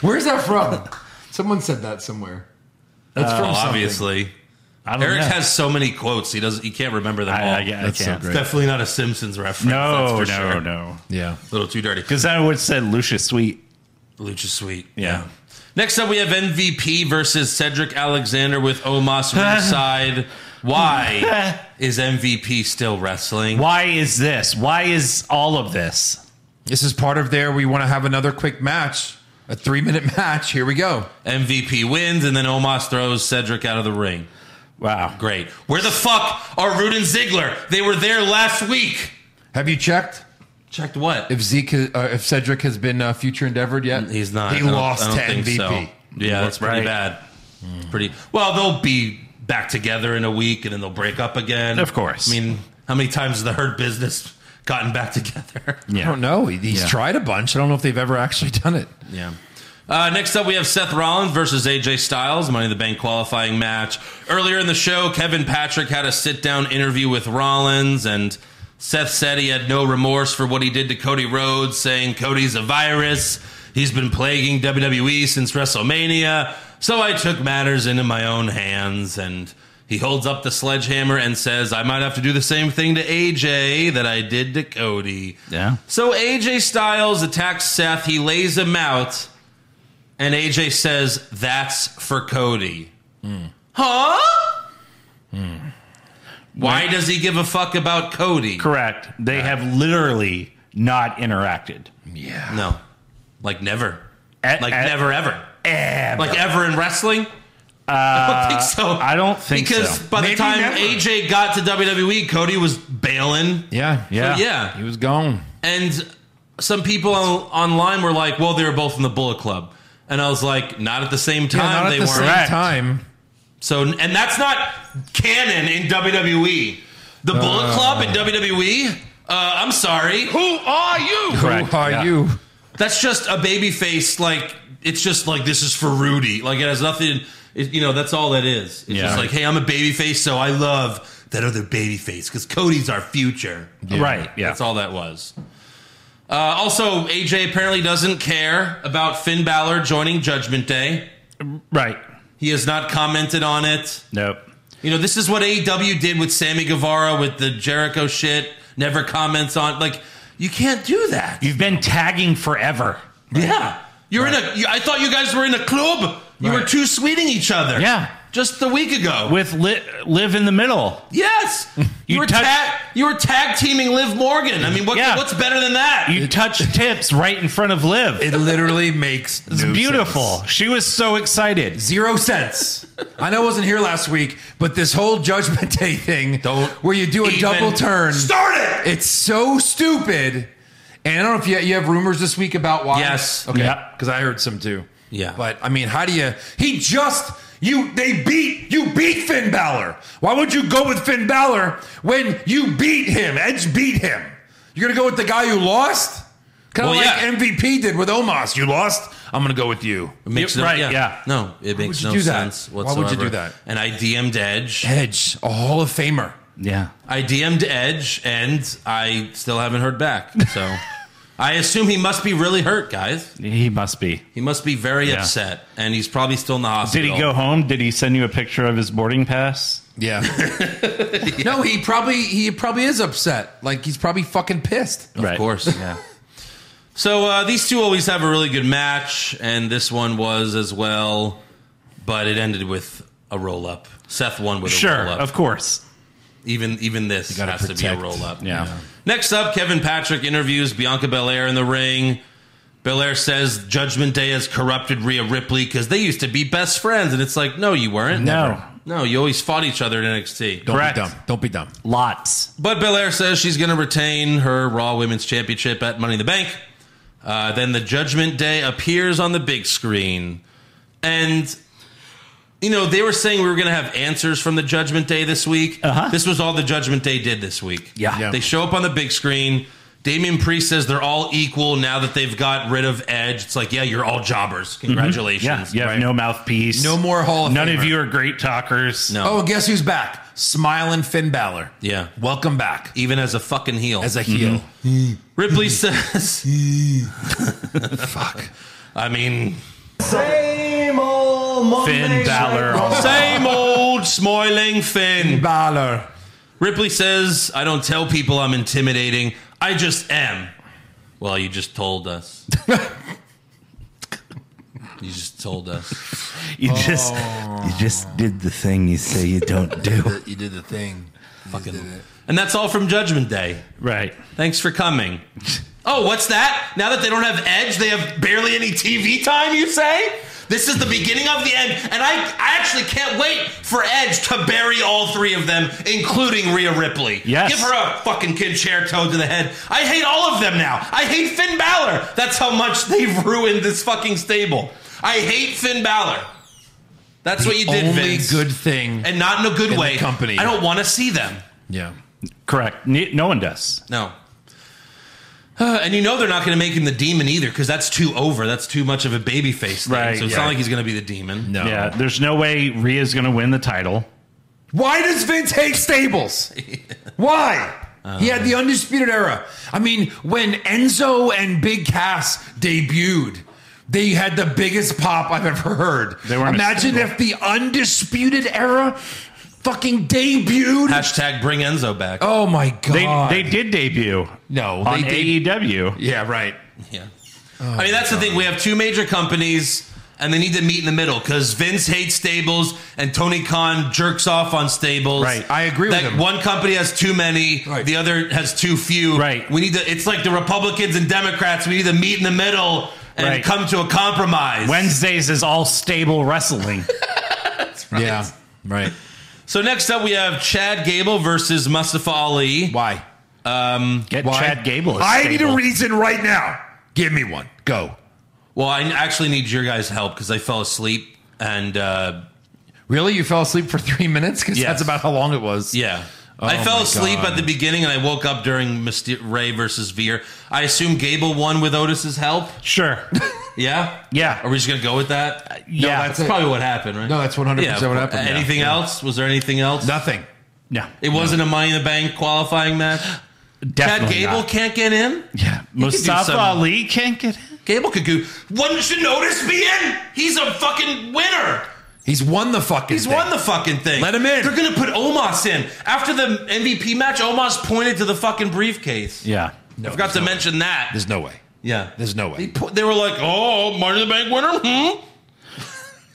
Where's that from? Someone said that somewhere. That's
Well,
from something.
obviously,
I don't
Eric
know.
has so many quotes. He doesn't. He can't remember them
Oh, I,
all.
I, I can't.
That's so great.
It's definitely not a Simpsons reference.
No,
that's for
no,
sure.
no.
Yeah.
A little too dirty.
Because I would say Lucius Sweet.
Lucha Sweet.
Yeah.
Next up, we have MVP versus Cedric Alexander with Omos ringside. Why is MVP still wrestling?
Eh, Why is this? Why is all of this?
This is part of their. We want to have another quick match, a three minute match. Here we go.
MVP wins, and then Omos throws Cedric out of the ring.
Wow.
Great. Where the fuck are Rude and Ziggler? They were there last week.
Have you checked
Checked what?
if Zeke, uh, if Cedric has been uh, future endeavored yet?
He's not. I
He
don't-
lost
I don't
to
think
MVP.
so. Yeah, that's pretty
Right. Hmm.
bad. Pretty well. They'll be back together in a week, and then they'll break up again.
Of course.
I mean, how many times has the Hurt Business gotten back together?
I don't know. He- He's
Yeah.
tried a bunch. I don't know if they've ever actually done it.
Yeah. Uh, next up, we have Seth Rollins versus AJ Styles, Money in the Bank qualifying match. Earlier in the show, Kevin Patrick had a sit down interview with Rollins, and Seth said he had no remorse for what he did to Cody Rhodes, saying Cody's a virus. He's been plaguing WWE since WrestleMania. So I took matters into my own hands, and he holds up the sledgehammer and says, I might have to do the same thing to AJ that I did to Cody.
Yeah.
So AJ Styles attacks Seth. He lays him out, and AJ says, "That's for Cody." Hmm. Huh?
Hmm.
Why does he give a fuck about Cody?
Correct. They have literally not interacted.
Yeah.
No, like never,
E-,
At-
like
at-
never ever,
Eh,
like ever in wrestling.
Uh,
I don't think so.
I don't think
because
so.
by the
Maybe
time
never.
AJ got to WWE, Cody was bailing.
Yeah. Yeah.
yeah.
He was gone.
And some people on, online were like, "Well, they were both in the Bullet Club," and I was like, "Not at the same
Yeah,
time.
not at
they
the
weren't."
same
Correct.
time.
So, and that's not canon in WWE. The Bullet Club in WWE. Uh, I'm E, uh, sorry. Who are you?
Who
Correct.
are
Yeah.
you?
that's just a baby face. Like it's just like this is for Rudy. Like it has nothing. It, you know, that's all that is. It's
Yeah.
just like, hey, I'm a baby face, so I love that other baby face because Cody's our future.
Right. Yeah.
That's all that was. Uh, also, AJ apparently doesn't care about Finn Balor joining Judgment Day.
Right.
He has not commented on it.
Nope.
You know, this is what AEW did with Sammy Guevara with the Jericho shit. Never comments on like you can't do that.
You've been tagging forever.
Yeah, you're in a. You, I thought you guys were in a club. You were
Right.
two sweeting each other.
Yeah.
just a week ago.
With li- live in the middle.
yes, you,
You
were
touch-
tag. You were tag teaming Liv Morgan. I mean, what,
Yeah.
what's better than that?
You touch tips right in front of Liv.
It literally makes
It's
no
beautiful.
sense.
She was so excited.
Zero cents. I know I wasn't here last week, but this whole Judgment Day thing,
Don't
where you do a
even
double turn,
Start it.
it's so stupid. And I don't know if you, you have rumors this week about why.
Yes.
Okay.
Yeah.
Because I heard some too.
Yeah.
But I mean, how do you? He just you they beat you beat Finn Balor. Why would you go with Finn Balor when you beat him? Edge beat him. You're gonna go with the guy who lost. Kind of
Well,
like
yeah.
MVP did with Omos. You lost. I'm gonna go with you.
It makes
You're
no,
right,
yeah.
yeah.
No, it
would
makes
you
no
do that?
sense
Why would
whatsoever.
you do that?
And I DM'd Edge.
Edge, a Hall of Famer.
Yeah.
I DM'd Edge and I still haven't heard back. So I assume he must be really hurt, guys.
He must be.
He must be very
Yeah.
upset and he's probably still in the
Did
hospital.
he go home? Did he send you a picture of his boarding pass?
Yeah. No, he probably he probably is upset. Like he's probably fucking pissed.
Of course.
Yeah.
So uh, these two always have a really good match and this one was as well, but it ended with a roll up. Seth won with a
Sure.
roll up.
Of course.
Even even this
gotta
has to be a
protect.
roll up.
Yeah.
Next up, Kevin Patrick interviews Bianca Belair in the ring. Belair says Judgment Day has corrupted Rhea Ripley because they used to be best friends, and it's like, no, you weren't.
No.
No, you always fought each other in NXT.
Don't
Correct.
be dumb. Don't be dumb.
Lots.
But Belair says she's going to retain her Raw Women's Championship at Money in the Bank. Uh, then the Judgment Day appears on the big screen. And, you know, they were saying we were going to have answers from the Judgment Day this week.
Uh-huh.
This was all the Judgment Day did this week.
Yeah. Yeah.
They show up on the big screen. Damian Priest says they're all equal now that they've got rid of Edge. It's like, yeah, you're all jobbers. Congratulations.
Mm-hmm. Yeah. You have no mouthpiece.
No more Hall of
None
Famer.
of you are great talkers.
No.
Oh, guess who's back? Smiling Finn Balor.
Yeah.
Welcome back
Even as a fucking heel.
as a heel.
Mm-hmm. Ripley says. Fuck. I mean,
Same old Monday
Finn
Night
Balor.
same old smiling Finn.
Balor.
Ripley says, I don't tell people I'm intimidating. I just am. Well, you just told us. you just told us.
You just
Oh.
you just did the thing you say you don't do.
You did the thing.
Fucking- And that's all from Judgment Day.
right.
Thanks for coming. Oh, what's that? Now that they don't have Edge, they have barely any TV time, you say? This is the beginning of the end, and I, I actually can't wait for Edge to bury all three of them, including Rhea Ripley.
Yes.
Give her a fucking concerto to the head. I hate all of them now. I hate Finn Balor. That's how much they've ruined this fucking stable. I hate Finn Balor. That's what you did,
Only
Vince.
good thing.
and not in a good
in the
way.
company.
I don't want to see them.
yeah.
Correct. Ne- No one does.
No. Uh, and you know they're not going to make him the demon either because that's too over. That's too much of a baby face thing.
Right,
so it's
yeah.
not like he's going to be the demon.
No.
Yeah. There's no way Rhea's going to win the title.
Why does Vince hate stables? Why? he had the undisputed era. I mean, when Enzo and Big Cass debuted, they had the biggest pop I've ever heard.
They weren't a
Imagine
stable.
if the undisputed era fucking debuted.
Hashtag bring Enzo back.
oh my
They
god!
they did debut
no.
on E
they did.
AEW.
Yeah, right.
Yeah.
Oh
I mean, that's the thing. We have two major companies and they need to meet in the middle because Vince hates stables and Tony Khan jerks off on stables.
Right.
I agree with
That
him.
One company has too many,
Right.
the other has too few.
Right.
We need to, it's like the Republicans and Democrats. We need to meet in the middle and
Right.
come to a compromise.
Wednesdays is all stable wrestling.
Yeah, right.
So next up, we have Chad Gable versus Mustafa Ali.
Why?
Get
Why?
Chad Gable. a
I need a
stable.
reason right now. Give me one. Go.
Well, I actually need your guys' help because I fell asleep, and uh,
Really? You fell asleep for three minutes? Because
Yes.
that's about how long it was.
yeah, I fell
Oh my
asleep
God.
at the beginning and I woke up during Myster- Ray versus Veer. I assume Gable won with Otis's help.
Sure.
Yeah,
Yeah.
Are we just gonna go with
Uh,
that?
yeah.
that's probably what happened, right?
No, that's 100% what happened, yeah.
Anything
Yeah.
else? Was there anything else?
Nothing.
no.
It wasn't a Money in the Bank qualifying match. Chad
Definitely
Gable
not.
can't get in.
Yeah. Mustafa
some-
Ali can't get in.
Gable could go. One should notice be in. He's a fucking winner.
He's won the fucking
He's
thing.
won the fucking thing.
Let him in.
They're gonna put Omos in after the MVP match. Omos pointed to the fucking briefcase.
Yeah.
No,
I forgot
there's
to
no-
mention that.
There's no way.
yeah,
There's no
They,
way.
po- they were like, "Oh, Money in the Bank winner." Hmm?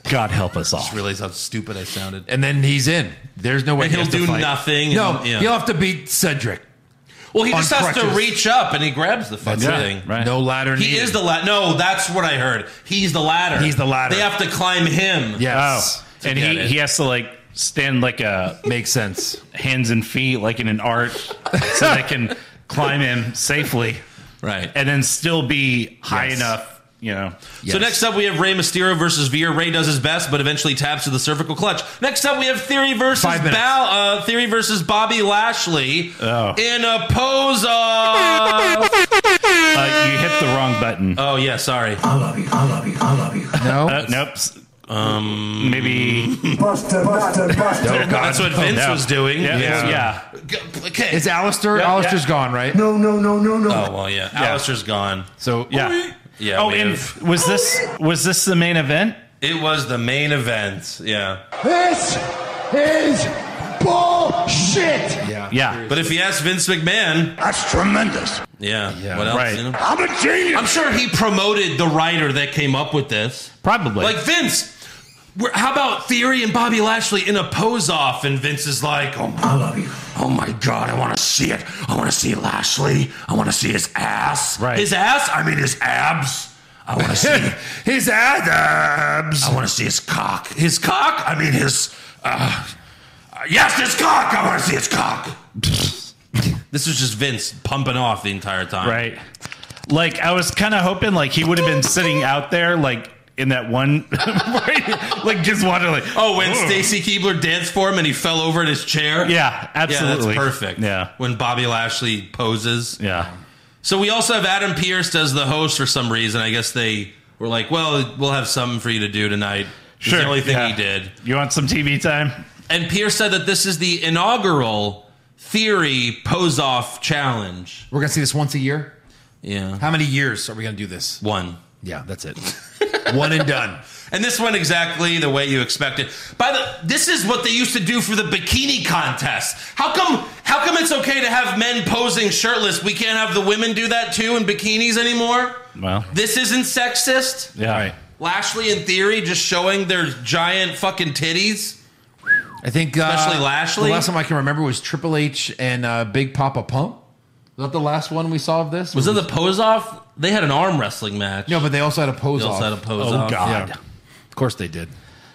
God help us all.
Realize how stupid I sounded.
And then he's in. There's no way.
And
he
he'll
has to
do
fight.
nothing.
No,
and, yeah.
he'll have to beat Cedric.
well, he
on
just has to
crutches.
reach up and he grabs the fucking thing.
Right.
No ladder
He
needed.
is the ladder. No, that's what I heard. He's the ladder.
He's the ladder.
They have to climb him.
Yes.
Oh. And
get
he,
it.
he has to like stand like a
Makes sense.
hands and feet like in an art so they can climb him safely
Right.
and then still be high
Yes.
enough, you know.
So next up we have Rey Mysterio versus Veer. Rey does his best, but eventually taps to the cervical clutch. Next up we have Theory versus
Five minutes.
Bal- uh, Theory versus Bobby Lashley
Oh.
in a pose of.
Uh, you hit the wrong button.
oh yeah, sorry.
No.
Uh, nope. Um, maybe
Buster, Buster, Buster.
That's what Vince was doing. uh,
Yeah,
Yeah.
Oh, yeah.
G- Okay.
It's Alistair.
Yeah,
Alistair's
yeah.
gone, right?
No, no, no, no, no.
oh well, yeah. Alistair's gone.
So
yeah.
Yeah.
oh,
we
and
have-
was this was this the main event?
it was the main event. Yeah.
This is bullshit.
Yeah.
Yeah,
But if you ask Vince McMahon,
That's tremendous.
yeah.
Yeah.
What else?
Right.
you know?
I'm a genius.
I'm sure he promoted the writer that came up with this.
probably.
Like Vince, we're, how about Theory and Bobby Lashley in a pose off? And Vince is like, oh,
I love you. Oh my God, I want to see it. I want to see Lashley. I want to see his ass.
Right.
his ass.
I mean, his abs. I want to see.
His abs.
I want to see his cock.
His cock.
I mean, his. Uh, uh, yes, his cock. I want to see his cock.
This is just Vince pumping off the entire time.
right. Like I was kind of hoping like he would have been sitting out there like in that one, like just wanted like
Oh, when
Ugh.
Stacy Keebler danced for him and he fell over in his chair.
yeah,
Yeah,
absolutely
that's perfect.
Yeah,
When Bobby Lashley poses.
yeah.
So we also have Adam Pierce as the host for some reason. I guess they were like, well, we'll have something for you to do tonight. It's
Sure.
the only thing
yeah.
he did.
You want some TV time?
And Pierce said that this is the inaugural theory pose off challenge.
We're gonna see this once a year.
Yeah.
How many years are we gonna do this?
One.
Yeah, that's it. One and done.
And this went exactly the way you expected. By the this is what they used to do for the bikini contest. How come how come it's okay to have men posing shirtless? We can't have the women do that too in bikinis anymore?
Well,
This isn't sexist.
yeah.
Lashley and Theory just showing their giant fucking titties.
I think uh,
Especially Lashley?
The last time I can remember was Triple H and uh, Big Papa Pump. Was that the last one we saw of this?
Was it the pose off? They had an arm wrestling match.
No, but they also had a pose
they
off.
also had a pose
Oh
off.
God.
Yeah. Of course they did.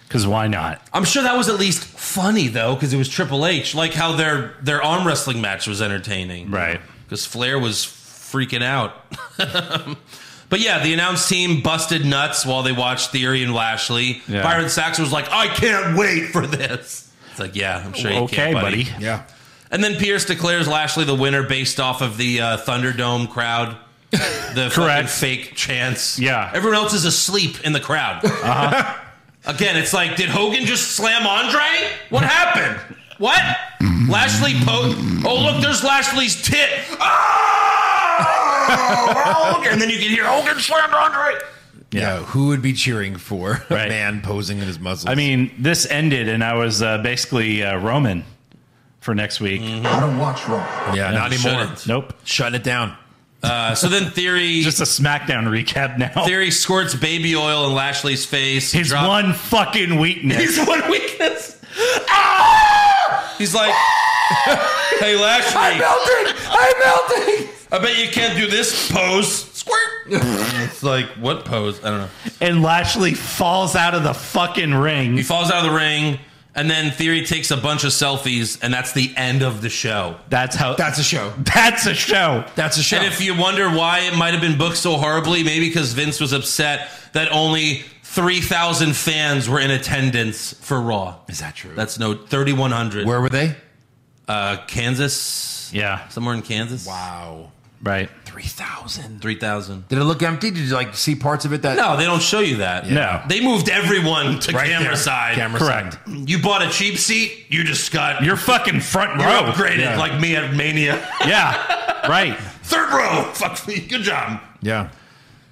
Because why not?
I'm sure that was at least funny though, because it was Triple H. Like how their their arm wrestling match was entertaining,
Right.
Because Flair was freaking out. but yeah, the announced team busted nuts while they watched Theory and Lashley.
Yeah.
Byron Saxon was like, "I can't wait for this." It's like, yeah, I'm sure you
okay,
can,
buddy.
Yeah.
And then Pierce declares Lashley the winner based off of the uh, Thunderdome crowd. The fucking
Correct.
fake chance.
Yeah. Uh-huh.
Everyone else is asleep in the crowd. Again, it's like, did Hogan just slam Andre? What happened? What? Lashley po- Oh, look, there's Lashley's tit. Ah! and then you can hear Hogan slammed Andre.
Yeah. Who would be cheering for a
Right.
man posing in his muzzle?
I mean, this ended, and I was uh, basically uh, Roman for next week.
I don't watch Raw.
yeah, not
you
anymore.
shouldn't.
Nope.
Shutting it down.
Uh, so then Theory
Just a SmackDown recap now.
Theory squirts baby oil in Lashley's face.
His
drops-
one fucking weakness.
His one weakness. Ah! He's like, hey Lashley, I'm melting, I'm melting. I bet you can't do this pose. Squirt. it's like what pose? I don't know.
and Lashley falls out of the fucking ring.
He falls out of the ring, and then Theory takes a bunch of selfies, and that's the end of the show.
That's how.
That's a show.
that's a show.
That's a show.
And if you wonder why it might have been booked so horribly, maybe because Vince was upset that only 3,000 fans were in attendance for Raw.
Is that true?
That's no 3,100.
Where were they?
uh, Kansas.
Yeah.
somewhere in Kansas.
Wow.
Right.
Three thousand.
three thousand.
Did it look empty? Did you like see parts of it that
No, they don't show you that.
No.
they moved everyone to
Right
camera
there.
side.
Camera
Correct.
side.
You bought a cheap seat. You just got
You're fucking front
you're
row.
upgraded
Yeah.
like me at Mania.
Yeah. Right.
Third row. Fuck me. Good job.
Yeah.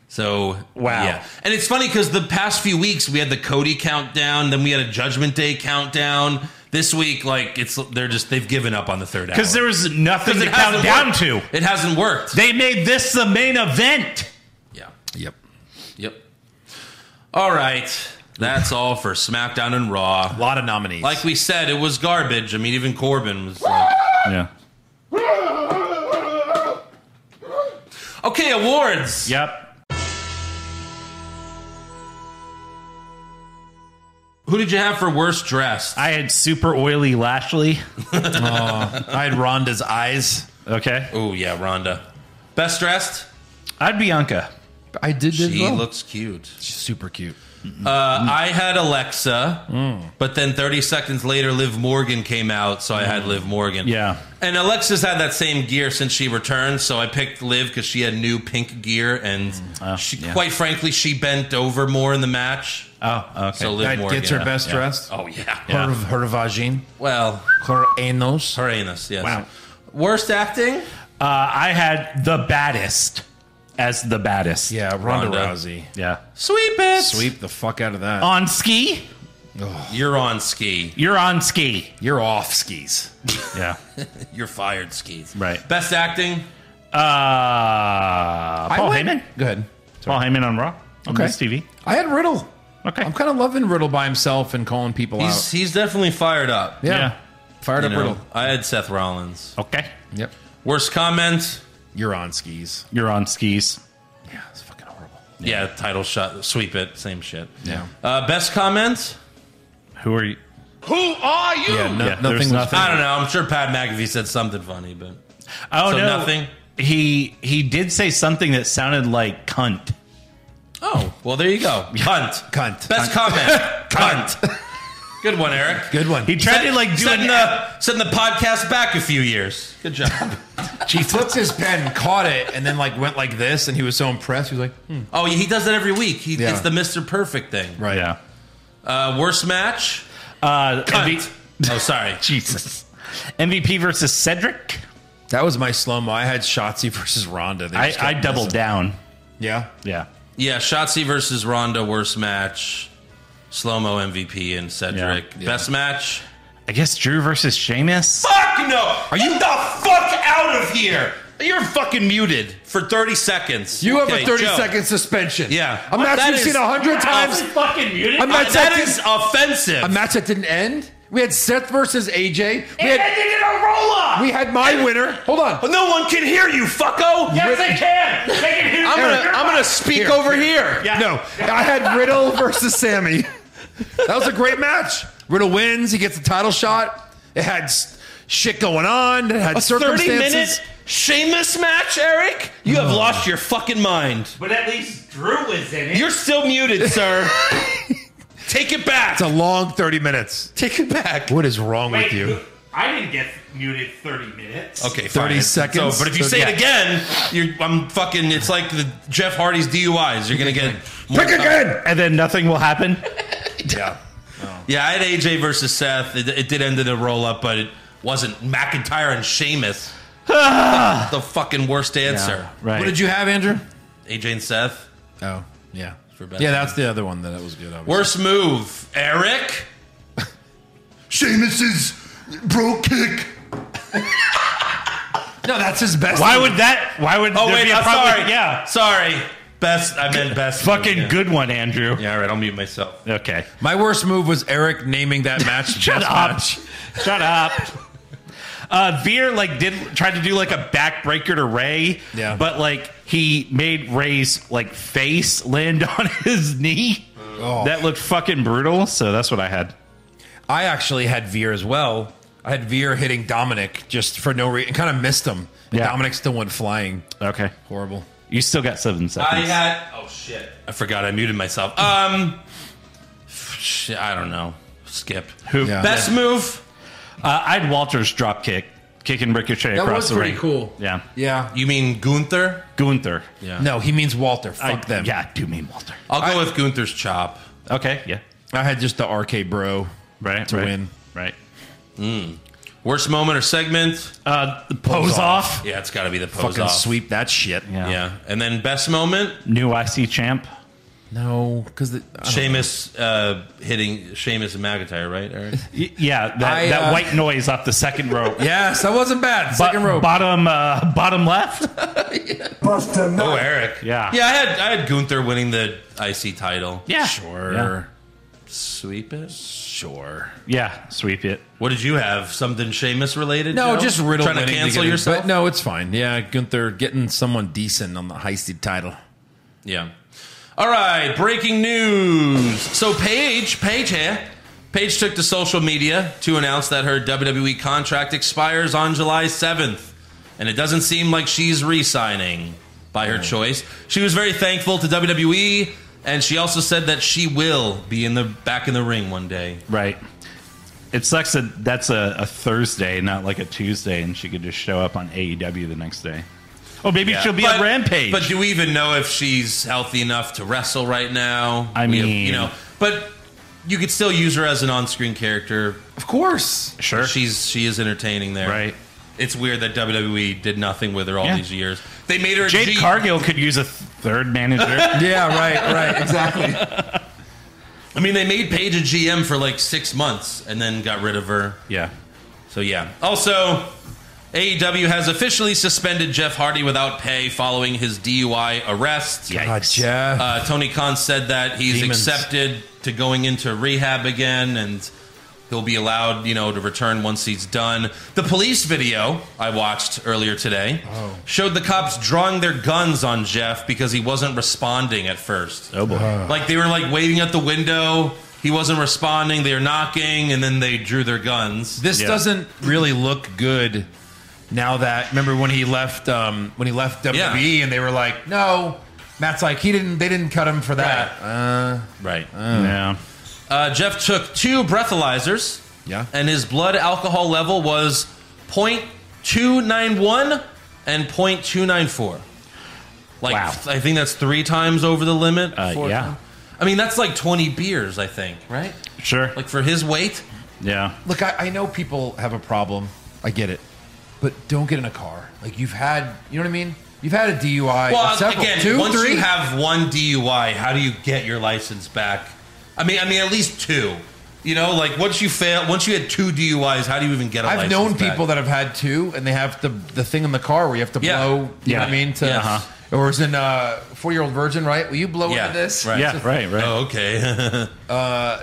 So
Wow.
and it's funny because the past few weeks we had the Cody countdown, then we had a Judgment Day countdown. This week, like it's they're just they've given up on the third hour
Because there was nothing
'Cause
to count
hasn't
down
worked.
to.
It hasn't worked.
They made this the main event.
yeah.
Yep.
Yep. All right. That's all for SmackDown and Raw.
A lot of nominees.
Like we said, it was garbage. I mean, even Corbin was uh, like,
yeah.
okay, awards.
Yep.
Who did you have for worst dressed?
I had super oily Lashley.
I had Rhonda's eyes.
Okay.
oh yeah, Rhonda. Best dressed.
I'd Bianca.
I did. as
She
well.
looks cute.
She's super cute.
Uh, I had Alexa, but then 30 seconds later, Liv Morgan came out, so I had Liv Morgan.
Yeah.
And Alexa's had that same gear since she returned, so I picked Liv because she had new pink gear, and she,
yeah.
quite frankly, she bent over more in the match.
Oh, okay.
So Liv
That
Morgan.
gets her best
yeah.
dressed.
Oh, yeah.
Yeah.
Her, her vagine.
Well,
Her anus.
her anus, yes.
Wow.
Worst acting?
Uh, I had the baddest as the baddest.
Yeah, Ronda,
Ronda.
Rousey.
Yeah.
Sweep it.
Sweep the fuck out of that.
On ski,
You're on ski.
you're on ski.
You're off skis.
Yeah.
You're fired, skis.
Right.
Best acting?
Uh,
I
Paul
went-
Heyman.
Go ahead.
Paul Heyman on Raw. On
Okay.
Miss TV.
I had Riddle.
Okay.
I'm kind of loving Riddle by himself and calling people
He's,
out.
he's definitely fired up.
Yeah.
yeah.
Fired
You
up
know,
Riddle.
I had Seth Rollins.
Okay.
Yep.
Worst comment?
You're on skis.
You're on skis.
Yeah, it's fucking horrible.
Yeah, title shot, sweep it, same shit.
Yeah.
Uh, best comment?
Who are you?
Yeah, no,
Yeah,
nothing
there's
was
nothing.
I don't know. I'm sure Pat McAfee said something funny, but
Oh
So
no.
nothing?
He he did say something that sounded like cunt.
oh, well, there you go. Cunt,
Cunt.
Best comment, cunt. Good one, Eric.
Good one.
He tried to like do
setting
an uh,
the setting the podcast back a few years. Good job.
He flipped his pen, caught it, and then like went like this, and he was so impressed. He was like, hmm.
oh, he does that every week. He,
Yeah.
It's the Mister Perfect thing.
right.
oh, yeah.
Uh, worst match,
Uh,
cunt.
MV
oh, sorry.
Jesus. MVP versus Cedric.
That was my slow mo. I had Shotzi versus Ronda. They
I,
just
I
kept
doubled
messing.
down.
Yeah.
Yeah.
Yeah, Shotzi versus Ronda. Worst match. Slow mo MVP and Cedric.
Yeah.
Best match.
I guess Drew versus Sheamus.
Fuck no! Are you the fuck out of here? You're fucking muted for 30 seconds.
You have
Okay,
a 30
Joe.
second suspension.
Yeah.
A match
That
we've
is-
seen a hundred times.
fucking muted.
I'm
Uh,
not
that
saying-
is offensive.
A match that didn't end. We had Seth versus AJ. We had,
ended in a roll up.
we had my winner. Hold on.
no one can hear you, fucko.
Yes, they can. They can hear
I'm
their-
gonna- I'm gonna speak
Here.
over here.
Yeah.
No, I had Riddle versus Sammy. That was a great match. Riddle wins. He gets the title shot. It had s- shit going on. It had
A 30
circumstances.
minute Sheamus match, Eric? You have lost your fucking mind.
But at least Drew was in it.
You're still muted, sir. Take it back.
It's a long 30 minutes.
Take it back.
What is wrong with you?
who- I didn't get muted 30 minutes.
Okay,
30
fine.
seconds.
So, but if you
So,
say
yeah.
it again, you're, I'm fucking. It's like the Jeff Hardy's DUIs. You're gonna get more
Pick again.
And then nothing will happen.
Yeah.
Yeah, I had AJ versus Seth. It, it did end in a roll up, but it wasn't McIntyre and Sheamus. the fucking worst answer.
Right.
What did you have, Andrew?
AJ and Seth.
Oh, yeah.
For better.
Yeah, that's the other one that was good. Obviously.
Worst move, Eric.
Seamus's bro kick.
No, that's his best.
Why
one.
would that? Why would?
Oh
there
wait,
be a
I'm
problem?
sorry.
Yeah.
sorry. Best. I meant best. move,
Fucking
yeah.
good one, Andrew.
Yeah, all right. I'll mute myself.
Okay.
my worst move was Eric naming that match?
Shut
best
up.
match.
Shut up. Uh, Veer like did tried to do like a backbreaker to Ray,
Yeah.
but like he made Ray's like face land on his knee.
Oh.
That looked fucking brutal. So that's what I had.
I actually had Veer as well. I had Veer hitting Dominic just for no reason, kind of missed him. And
Yeah.
Dominic still went flying.
Okay,
Horrible.
you still got seven seconds.
I had. Oh shit. I forgot. I muted myself. Um. Shit. I don't know. Skip.
Who?
Yeah.
Best move.
Uh, I had Walter's drop kick, kicking Ricochet
That
across
was
the
pretty
ring.
cool.
Yeah.
Yeah.
You mean Gunther?
Gunther.
Yeah.
No, he means Walter. Fuck
I,
them.
Yeah, I do mean Walter.
I'll go with Gunther's chop.
Okay. Yeah.
I had just the RK bro.
Right.
To
right,
win.
Right.
Worst moment or segment?
Uh, the pose off.
Yeah, it's got to be the pose
Fucking
off.
sweep that shit.
Yeah, and then best moment:
New IC champ.
No, because I,
Sheamus uh, hitting Sheamus and McIntyre, right? Eric?
Y- yeah. That,
I,
that
uh,
white noise off the second rope.
yes, that wasn't bad. Second
Bo-
rope.
Bottom. Uh, bottom left.
oh, Eric.
Yeah.
Yeah, I had I had Gunther winning the IC title.
Yeah.
sure.
Yeah.
Sweep it. Sure.
Yeah. Sweep it.
What did you have? Something Sheamus related?
no,
Joe?
just riddle
Trying to
winning
cancel
get it,
yourself.
But no, it's fine. Yeah, Gunther getting someone decent on the heisted title.
Yeah. All right, breaking news. So Paige, Paige here. Paige took to social media to announce that her WWE contract expires on July 7th, and it doesn't seem like she's re-signing by her choice. She was very thankful to WWE, and she also said that she will be in the back in the ring one day.
Right. It sucks that that's a, a Thursday, not like a Tuesday, and she could just show up on AEW the next day. Oh, maybe she'll be
But-
on Rampage.
But do we even know if she's healthy enough to wrestle right now?
I
We have-
mean-
you know, but you could still use her as an on-screen character
Of course.
sure.
She's she is entertaining there.
Right.
It's weird that WWE did nothing with her all
Yeah.
these years. They made her a
Jade
G-
Cargill could use a th- third manager.
Yeah, right, right, exactly.
I mean, they made Paige a GM for like six months and then got rid of her.
yeah.
So yeah. Also, AEW has officially suspended Jeff Hardy without pay following his DUI arrest.
Yeah.
God, Jeff.
Uh, Tony Khan said that he's
Demons.
accepted to going into rehab again and he'll be allowed, you know, to return once he's done. The police video I watched earlier today showed the cops drawing their guns on Jeff because he wasn't responding at first.
Oh boy.
Like they were like waiting at the window, he wasn't responding, they were knocking and then they drew their guns.
this
yeah.
doesn't really look good now that remember when he left um, when he left WWE and they were like, "No." Matt's like, "He didn't they didn't cut him for that." Uh,
Right.
yeah.
Uh, Jeff took two breathalyzers.
Yeah.
And his blood alcohol level was 0.291 and 0.294. Like,
Wow.
th- I think that's three times over the limit.
Uh,
Four
yeah.
times. I mean, that's like 20 beers, I think, right?
Sure.
Like, for his weight?
yeah.
Look, I, I know people have a problem. I get it, but don't get in a car. Like you've had, you know what I mean? You've had a DUI.
Well,
several,
again,
two,
once
three.
you have one DUI, how do you get your license back? I mean, I mean, at least two. You know, like once you fail, once you had two DUIs, how do you even get a
I've
license
known
back?
people that have had two, and they have the the thing in the car where you have to
Yeah.
blow. You know what
Yeah.
I mean? To,
Yeah. Uh-huh.
uh Or is in uh, four year old virgin, right? Will you blow into this?
Right.
Yeah. Right. Right.
Oh, okay.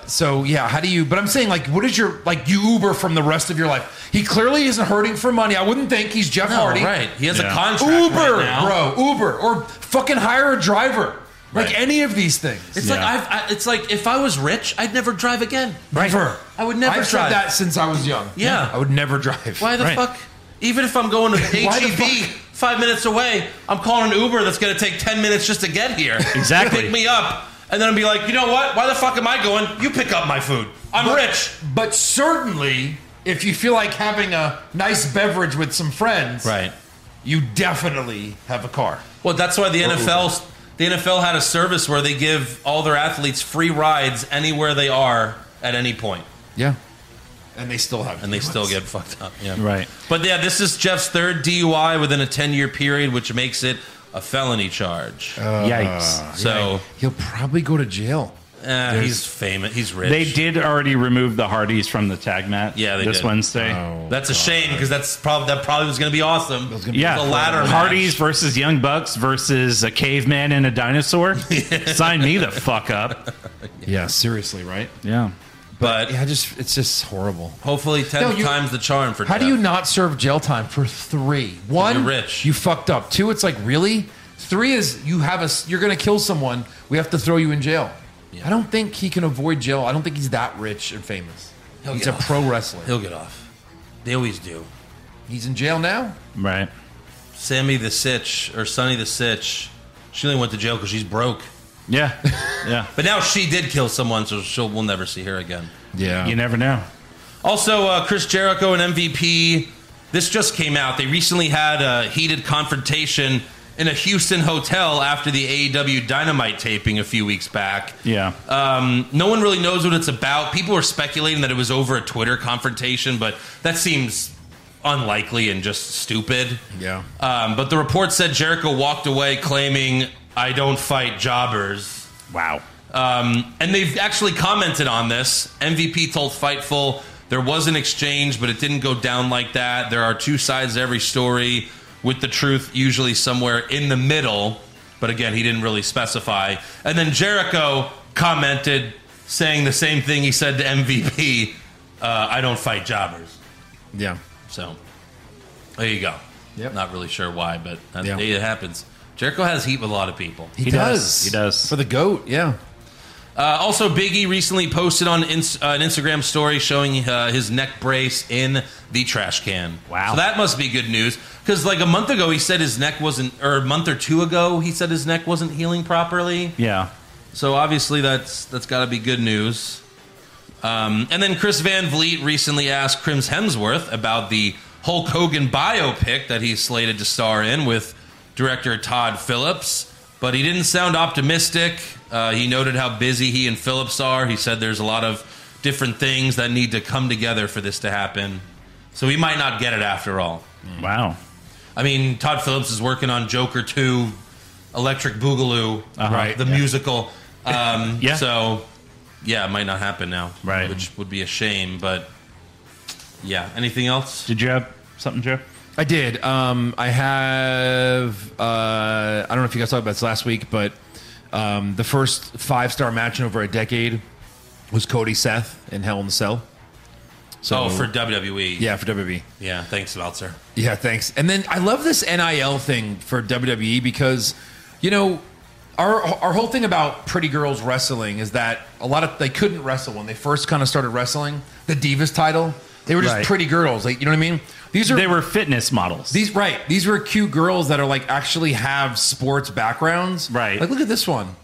So yeah, how do you? But I'm saying like, what is your like you Uber from the rest of your life? He clearly isn't hurting for money. I wouldn't think he's Jeff
No,
Hardy.
Oh, right. He has a
Yeah.
contract.
Uber,
right now.
bro. Uber or fucking hire a driver.
Right.
Like any of these things.
It's like
Yeah.
I've, I, it's like if I was rich, I'd never drive again.
Never.
I would never
I've
drive.
said that since I was young.
Yeah.
I would never drive.
Why the
Right.
fuck? Even if I'm going to
Why the
HEB
fuck?
five minutes away, I'm calling an Uber that's going to take ten minutes just to get here.
Exactly.
pick me up, and then I'll be like, you know what? Why the fuck am I going? You pick up my food. I'm
But-
rich.
But certainly, if you feel like having a nice beverage with some friends, you definitely have a car.
Well, that's why the NFL the NFL had a service where they give all their athletes free rides anywhere they are at any point,
Yeah. And they still have.
and they still get fucked up. Yeah.
Right.
But yeah, this is Jeff's third DUI within a 10 year period, which makes it a felony charge.
Uh,
Yikes.
so
He'll probably go to jail.
eh, he's famous. He's rich.
They did already remove the Hardys from the tag mat.
Yeah, they
this
did.
Wednesday.
That's a shame because that's probably that probably was going to be awesome.
Yeah,
the ladder match.
Hardys versus Young Bucks versus a caveman and a dinosaur. Sign me the fuck up.
Yeah, seriously, right?
Yeah.
But
Yeah, just it's just horrible.
hopefully, ten
No, you-
times the charm for.
How do
Jeff.
you not serve jail time for three? One,
You're rich.
You fucked up. Two, it's like really. Three is you have a s- you're gonna kill someone. We have to throw you in jail. I don't think he can avoid jail. I don't think he's that rich and famous.
He'll
he's a
get off.
pro wrestler.
He'll get off. They always do.
he's in jail now.
Right.
Sammy the Sitch or Sonny the Sitch. She only went to jail because she's broke.
Yeah. Yeah.
But now she did kill someone, so she'll we'll never see her again.
Yeah.
you never know.
Also, uh, Chris Jericho and MVP. This just came out. They recently had a heated confrontation in a Houston hotel after the AEW Dynamite taping a few weeks back.
Yeah.
Um, no one really knows what it's about. People are speculating that it was over a Twitter confrontation, but that seems unlikely and just stupid.
Yeah.
Um, but the report said Jericho walked away claiming, I don't fight jobbers.
Wow.
Um, and they've actually commented on this. MVP told Fightful there was an exchange, but it didn't go down like that. There are two sides to every story, with the truth usually somewhere in the middle. But again, he didn't really specify. And then Jericho commented saying the same thing he said to MVP uh, I don't fight jobbers.
Yeah.
So there you go.
Yep.
Not really sure why, but that,
Yeah.
it happens. Jericho has heat with a lot of people.
He, does.
He does.
For the goat, yeah.
Uh, also, Biggie recently posted on ins- uh, an Instagram story showing uh, his neck brace in the trash can.
Wow.
So that must be good news because, like, a month ago he said his neck wasn't, or a month or two ago he said his neck wasn't healing properly.
Yeah.
So obviously that's that's got to be good news. Um, and then Chris Van Vliet recently asked Crims Hemsworth about the Hulk Hogan biopic that he's slated to star in with director Todd Phillips, but he didn't sound optimistic. Uh, he noted how busy he and Phillips are. He said there's a lot of different things that need to come together for this to happen. So he might not get it after all.
Hmm. Wow.
I mean, Todd Phillips is working on Joker 2, Electric Boogaloo,
Right.
The musical. Um,
Yeah.
So, yeah, it might not happen now.
Right.
Which would be a shame, but yeah. Anything else?
Did you have something, Joe?
I did. Um, I have. Uh, I don't know if you guys talked about this last week, but um, the first five star match in over a decade was Cody Seth in Hell in the Cell. So
oh, for WWE.
yeah, for WWE.
Yeah. Thanks, Meltzer.
Yeah, thanks. And then I love this NIL thing for WWE because, you know, our our whole thing about pretty girls wrestling is that a lot of they couldn't wrestle when they first kind of started wrestling. The Divas title, they were just
Right.
pretty girls. Like you know what I mean? These are
They were fitness models.
these right. These were cute girls that are like actually have sports backgrounds.
Right.
Like look at this one.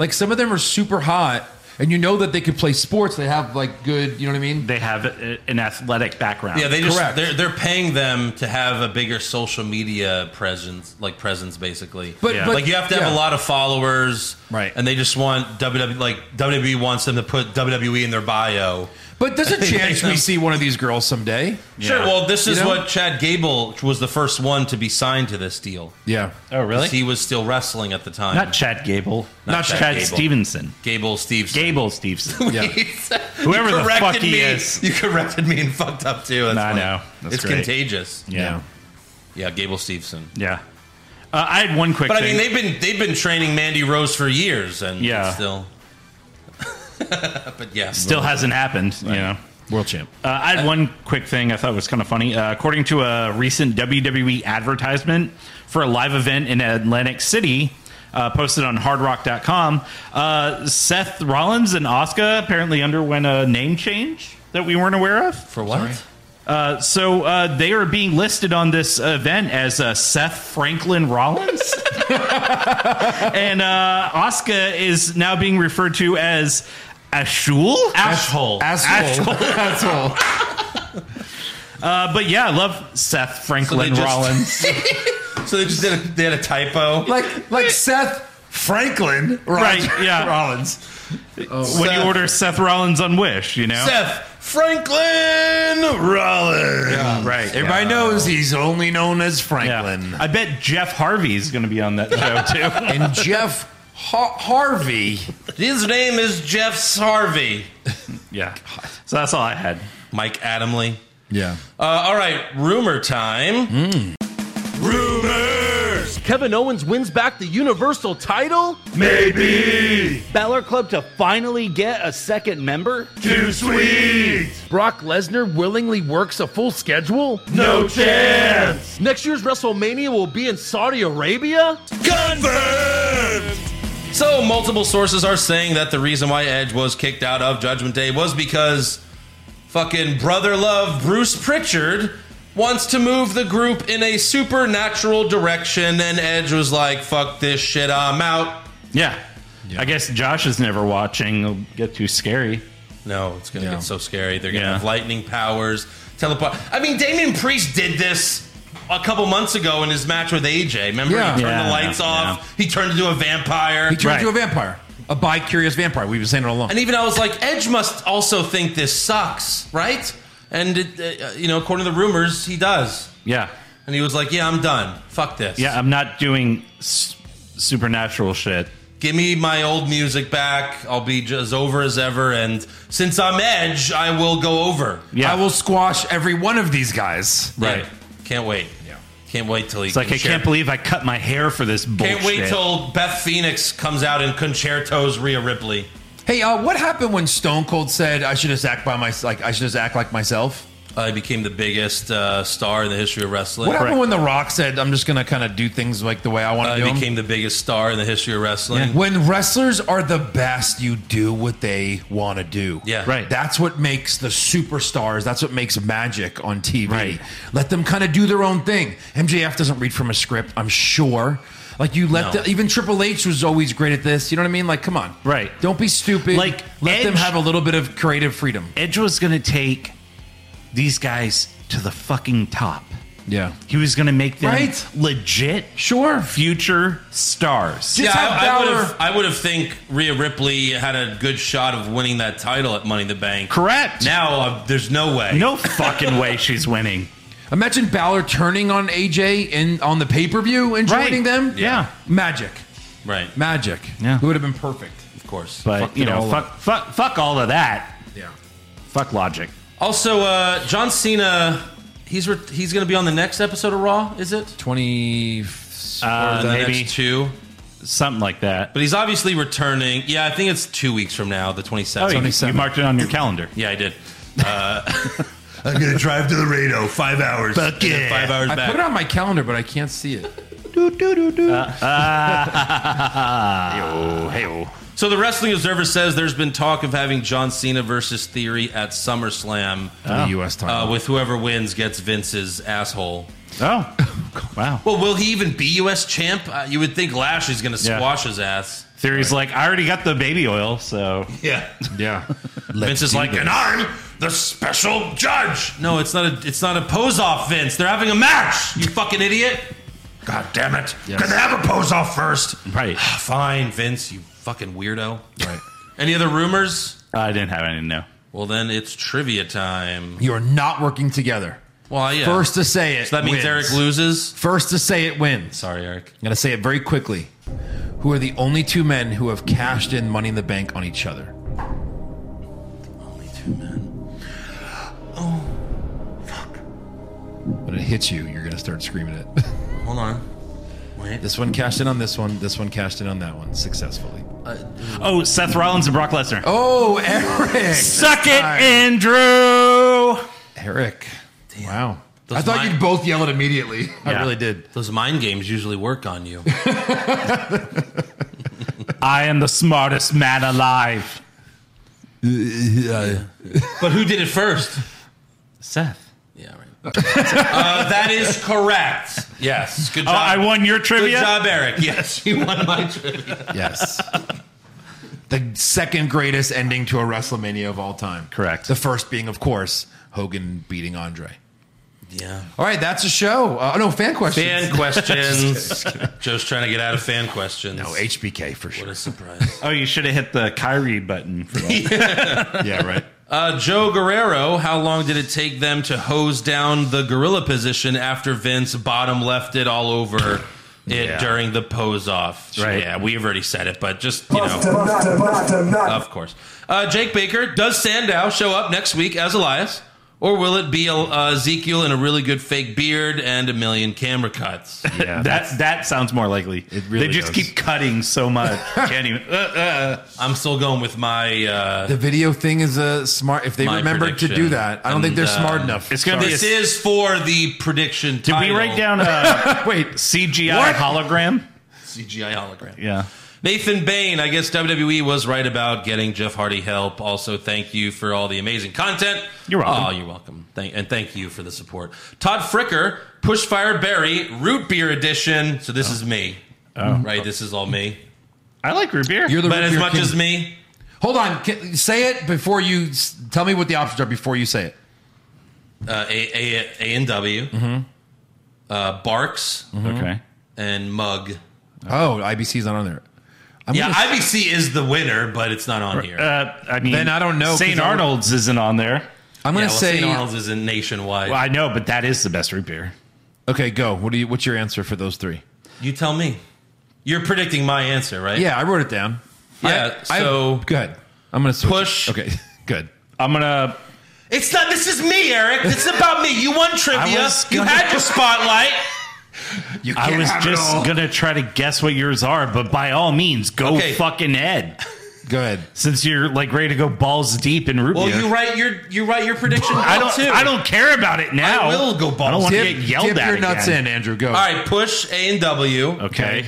Like some of them are super hot, and you know that they could play sports. They have like good. You know what I mean?
they have a- an athletic background.
Yeah, they just
Correct.
they're they're paying them to have a bigger social media presence, like presence basically.
But-
Yeah.
but-
like you have to have
yeah.
a lot of followers,
Right.
And they just want WWE, like WWE wants them to put WWE in their bio.
But there's a chance
Yeah.
we see one of these girls someday.
Sure.
Yeah.
Well, this
You
is
know?
what Chad Gable was the first one to be signed to this deal.
Yeah.
Oh,
'Cause He was still wrestling at the time.
Not Chad Gable. Not,
Chad
Chad,
Gable.
Stevenson.
Gable Steve's.
Gable Stevenson.
Yeah.
Whoever the fuck he
me.
is.
You corrected me and fucked up too. That's
I
funny.
know. That's
it's
great.
contagious.
yeah.
Yeah, Gable Stevenson.
Yeah. Uh, I had one quick
But I mean,
thing.
they've been they've been training Mandy Rose for years, and
Yeah.
it's still. but yeah,
Still hasn't happened, you know.
World champ.
Uh, I had one quick thing I thought was kind of funny. Uh, according to a recent WWE advertisement for a live event in Atlantic City, uh, posted on hardrock.com, uh, Seth Rollins and Asuka apparently underwent a name change that we weren't aware of.
for what?
Uh, so uh, they are being listed on this event as uh, Seth Franklin Rollins, and uh, Oscar is now being referred to as Ashul. Ashhole.
Asshole. Asshole.
Uh, but yeah, I love Seth Franklin
just-
Rollins.
So they just did a, they had a typo.
like like Seth Franklin, right?
Right, yeah.
Rollins.
when you
Seth-
order Seth Rollins on Wish, you know.
Seth Franklin Rollins.
Um, Right.
Everybody knows he's only known as
Yeah.
Franklin.
I bet Jeff Harvey's going to be on that show too.
And Jeff Har Harvey.
His name is Jeff Harvey.
yeah. So that's all I had.
Mike Adamley.
Yeah.
Uh, all right, rumor time.
Kevin Owens wins back the Universal title? Maybe. Balor Club to finally get a second member? Too sweet. Brock Lesnar willingly works a full schedule? No chance. Next year's WrestleMania will be in Saudi Arabia?
So, multiple sources are saying that the reason why Edge was kicked out of Judgment Day was because fucking brother love Bruce Pritchard wants to move the group in a supernatural direction, and Edge was like, fuck this shit, I'm out.
Yeah. I guess Josh is never watching. It'll get too scary.
No, it's gonna
Yeah.
get so scary. They're gonna
Yeah.
have lightning powers, teleport. I mean, Damian Priest did this a couple months ago in his match with AJ. Remember,
Yeah.
he turned
Yeah,
the lights
yeah.
off. He turned into a vampire.
He turned
Right.
into a vampire, a bi-curious vampire. We've been saying it all along.
and even I was like, Edge must also think this sucks, right? And it, uh, you know, according to the rumors, he does.
Yeah.
And he was like, "Yeah, I'm done. Fuck this.
Yeah, I'm not doing s- supernatural shit.
give me my old music back. I'll be j- as over as ever. And since I'm Edge, I will go over.
Yeah.
I will squash every one of these guys.
Right.
Yeah. Can't wait. Yeah. Can't wait till he.
It's like, I can't believe I cut my hair for this bullshit.
Can't wait till Beth Phoenix comes out and concertos Rhea Ripley.
Hey, uh, what happened when Stone Cold said I should just act by myself? Like I should just act like myself.
I became the biggest uh, star in the history of wrestling.
What happened when The Rock said I'm just gonna kind of do things like the way I
Uh,
want to
I
do 'em"?
became the biggest star in the history of wrestling.
When wrestlers are the best, you do what they want to do.
Yeah.
Right.
That's what makes the superstars. That's what makes magic on TV.
Right.
Let them kind of do their own thing. MJF doesn't read from a script, I'm sure. Like you let
No.
the, even Triple H was always great at this. You know what I mean? Like, come on,
Right.
Don't be stupid.
Like,
let them
Edge-
have a little bit of creative freedom.
Edge was going to take these guys to the fucking top.
Yeah,
He was going to make them
Right.
legit
sure.
future stars.
Just
Yeah,
have
I, I would have.
Balor-
I would have think Rhea Ripley had a good shot of winning that title at Money in the Bank.
Correct.
Now uh, there's no way.
No fucking way she's winning.
Imagine Balor turning on AJ in on the pay per view and
Right.
joining them.
Yeah.
magic,
Right.
magic.
Yeah.
it would have been perfect.
Of course.
But,
Fucked
you
it
know,
all
fuck, fuck, fuck all of that.
Yeah.
Fuck logic.
Also, uh, John Cena, he's re- he's going to be on the next episode of Raw, is it?
20
Uh,
Or the
maybe.
next two.
Something like that.
But he's obviously returning. Yeah, I think it's two weeks from now, the 27th.
Oh, you, you marked it on your calendar.
Yeah, I did. Uh,
I'm going to drive to Laredo, five hours.
Fuck yeah.
Five hours
I
back.
put it on my calendar, but I can't see it.
Oh, hey, oh.
So the Wrestling Observer says there's been talk of having John Cena versus Theory at SummerSlam.
The U.S. title.
Uh, with whoever wins gets Vince's asshole.
Oh, wow.
Well, will he even be U.S. champ? Uh, you would think Lashley's going to
Yeah.
squash his ass.
Theory's like, I already got the baby oil, so.
Yeah.
yeah.
Vince is like, and I'm
The special judge.
No, it's not a it's not a pose off, Vince. They're having a match. You fucking idiot.
God damn it. Can they have a pose off first?
Right.
Fine, Vince, you fucking weirdo.
Right.
Any other rumors?
I didn't have any, no.
Well, then it's trivia time.
You are not working together.
Well, yeah.
First to say it.
so that means
wins.
Eric loses.
First to say it wins.
Sorry, Eric.
I'm going to say it very quickly. Who are the only two men who have cashed in money in the bank on each other?
Only two men.
Oh, When it hits you, you're going to start screaming it.
Hold on. Wait.
this one cashed in on this one. This one cashed in on that one successfully.
Oh, Seth Rollins and Brock Lesnar.
Oh, Eric.
Suck it, Andrew.
Eric. Wow.
Those
I thought
mi-
you'd both yell it immediately. I
Yeah.
really did.
Those mind games usually work on you.
I am the smartest man alive.
but who did it first?
Seth.
Yeah, right. uh, that is correct. Yes. Good
Oh,
job.
I won your
Good
trivia.
job, Eric. Yes, you won my trivia.
Yes. the second greatest ending to a WrestleMania of all time.
Correct.
The first being, of course, Hogan beating Andre.
Yeah.
All right, that's a show. Uh, no, fan questions.
Fan questions. Joe's trying to get out of fan questions.
no, HBK for
What
sure.
a surprise.
Oh, you should have hit the Kyrie button for that.
yeah, right.
Uh, Joe Guerrero, how long did it take them to hose down the gorilla position after Vince bottom left it all over it
Yeah.
during the pose off?
Right.
Yeah, we've already said it, but just, you know, of course. Uh, Jake Baker, does Sandow show up next week as Elias? Or will it be uh, Ezekiel in a really good fake beard and a million camera cuts?
Yeah, that that sounds more likely. It
really
they just
does.
keep cutting so much. Can't even. Uh,
I'm still going with my. Uh,
The video thing is a smart. If they
My
remembered to do
prediction.
that, I don't think they're
And,
smart
um,
enough.
it's gonna be. A,
this is for the prediction.
did we
title.
write down a
Wait,
CGI
uh, What?
hologram?
CGI hologram?
Yeah.
Nathan Bain, I guess WWE was right about getting Jeff Hardy help. Also, thank you for all the amazing content.
You're welcome.
Oh, you're welcome. Thank, and thank you for the support. Todd Fricker, Push Fire Berry, Root Beer Edition. So
Oh.
this is me. Right? This is all me.
I like root beer.
you're the
But
root
as
beer
much
king.
as me,
Hold on. Can, say it before you s- tell me what the options are before you say it.
Uh, a, a, a and W, uh, Barks,
Okay.
and Mug.
Oh, IBC's not on there. I'm
Yeah,
gonna-
IBC is the winner, but it's not on here.
Uh, I mean,
Then I don't know, 'cause
St.
I would-
Arnold's isn't on there.
yeah,
I'm going
well,
to say
St. Arnold's isn't nationwide.
Well, I know, but that is the best root beer.
Okay, go. What do you what's your answer for those three?
You tell me. You're predicting my answer, right?
Yeah, I wrote it down.
Yeah.
I-
so
good. I'm going to
Push.
Okay. Good.
I'm gonna.
it's not. This is me, Eric. This is about me. You won
I
trivia.
was
You
gonna-
had your spotlight.
You
I
can't
was
have it all.
just gonna try to guess what yours are, but by all means, go
Okay.
fucking Ed.
good.
Since you're like ready to go balls deep in root
Well,
beer.
you write your you write your prediction.
I don't.
Too.
I don't care about it now.
I will go
I don't
balls
want to
Dip,
get yelled
dip
at.
your nuts
again.
in, Andrew. Go.
All right. Push A and W.
Okay.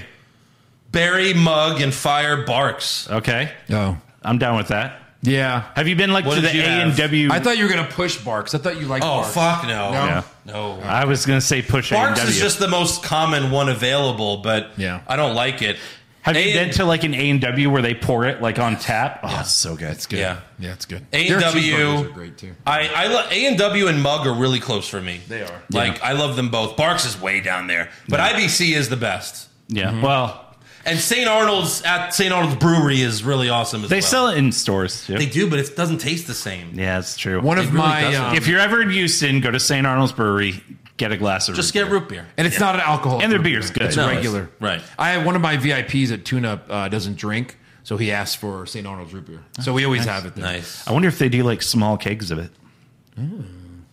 Barry Mug and Fire Barks.
Okay.
Oh.
I'm down with that.
Yeah.
Have you been like
What
to the
did
A
you have?
and W?
I thought you were going to push Barks. I thought you liked
Oh
Barks.
fuck no.
No.
Yeah.
No.
I was gonna say push A and
Barks
W.
is just the most common one available, but
Yeah.
I don't like it.
Have
A-
you been to like an A and W where they pour it like on tap? Oh, it's so good.
That's good.
Yeah.
Yeah, it's good.
A&W.
Their cheeseburgers are great too.
I, I lo- A and W and Mug are really close for me. They are. Like I love them both. Barks is way down there, but IBC is the best.
Yeah. Well,
And St. Arnold's at St. Arnold's Brewery is really awesome as
they
well.
sell it in stores too.
They do, but it doesn't taste the same.
yeah, it's true.
One of
really
my
doesn't.
um,
if you're ever in Houston, go to St. Arnold's Brewery, get a glass of
Just
root
get root beer.
and it's not an alcohol.
And their beer's good.
It's
No,
regular.
it's- right.
I have one of my VIPs at Tuna uh, doesn't drink, so he asked for St. Arnold's root beer. So we always have it there.
Nice.
I wonder if they do like small kegs of it.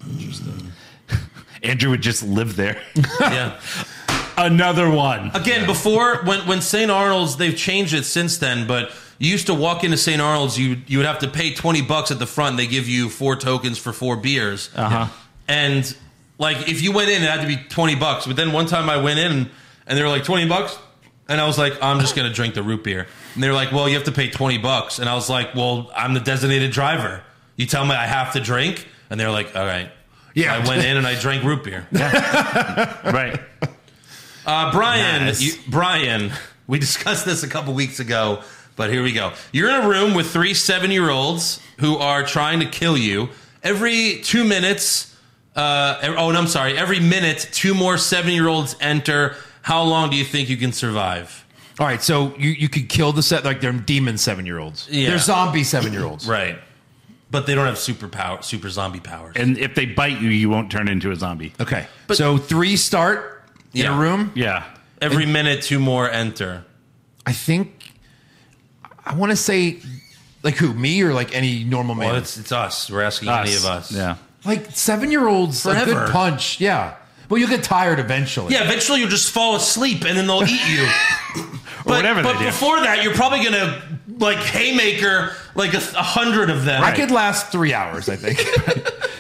interesting. Andrew would just live there.
yeah.
Another one.
Again, before when when St. Arnold's, they've changed it since then. But you used to walk into St. Arnold's, you you would have to pay twenty bucks at the front. and They give you four tokens for four beers.
Uh-huh.
And like if you went in, it had to be twenty bucks. But then one time I went in and they were like twenty bucks, and I was like, I'm just gonna drink the root beer. And they were like, Well, you have to pay twenty bucks. And I was like, Well, I'm the designated driver. You tell me I have to drink, and they're like, All right.
Yeah.
I went in and I drank root beer.
Right.
Uh, Brian,
Nice.
you, Brian, we discussed this a couple weeks ago, but here we go. You're in a room with three seven year olds who are trying to kill you. Every two minutes, uh, ev- oh, no, I'm sorry, every minute, two more seven year olds enter. How long do you think you can survive?
All right, so you, you could kill the set like they're demon seven year olds.
Yeah.
They're zombie seven year olds.
Right. But they don't have super power, super zombie powers.
And if they bite you, you won't turn into a zombie.
Okay. so three start in
Yeah.
a room.
Yeah.
every minute, two more enter.
I think I want to say like who me or like any normal man.
Well, it's, it's us. We're asking any of us.
Yeah.
like seven year olds. A
Forever.
good punch. Yeah. Well, you'll get tired eventually.
Yeah, eventually you'll just fall asleep and then they'll eat you. but
whatever
but
they do.
before that, you're probably gonna like haymaker like a, th- a hundred of them.
I could last three hours, I think.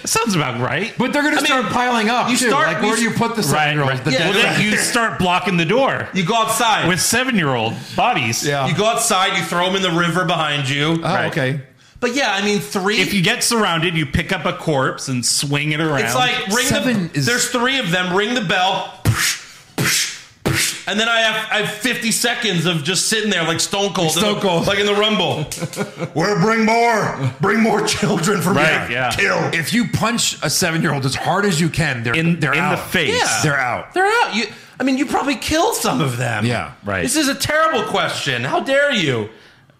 Sounds about right.
but they're going to
mean,
start piling up.
you
too.
start-
like, where do
you-
you put the seven
Right.
year olds?
right. Well, then you start blocking the door
You go outside.
with seven year old bodies.
Yeah.
you go outside. You throw them in the river behind you.
Oh,
Right.
okay.
but yeah, I mean three.
Uh, If you get surrounded, you pick up a corpse and swing it around.
it's like ring
Seven
the.
is-
there's three of them. Ring the bell. And then I have I have 50 seconds of just sitting there like Stone Cold,
Stone Cold.
like in the Rumble.
Where bring more? Bring more children for
Right,
me. to
yeah.
Kill.
If you punch a seven year old as hard as you can, they're
in,
they're
in
out.
the face.
Yeah.
They're out.
They're out. You, I mean, you probably kill some of them.
Yeah.
Right.
This is a terrible question. How dare you?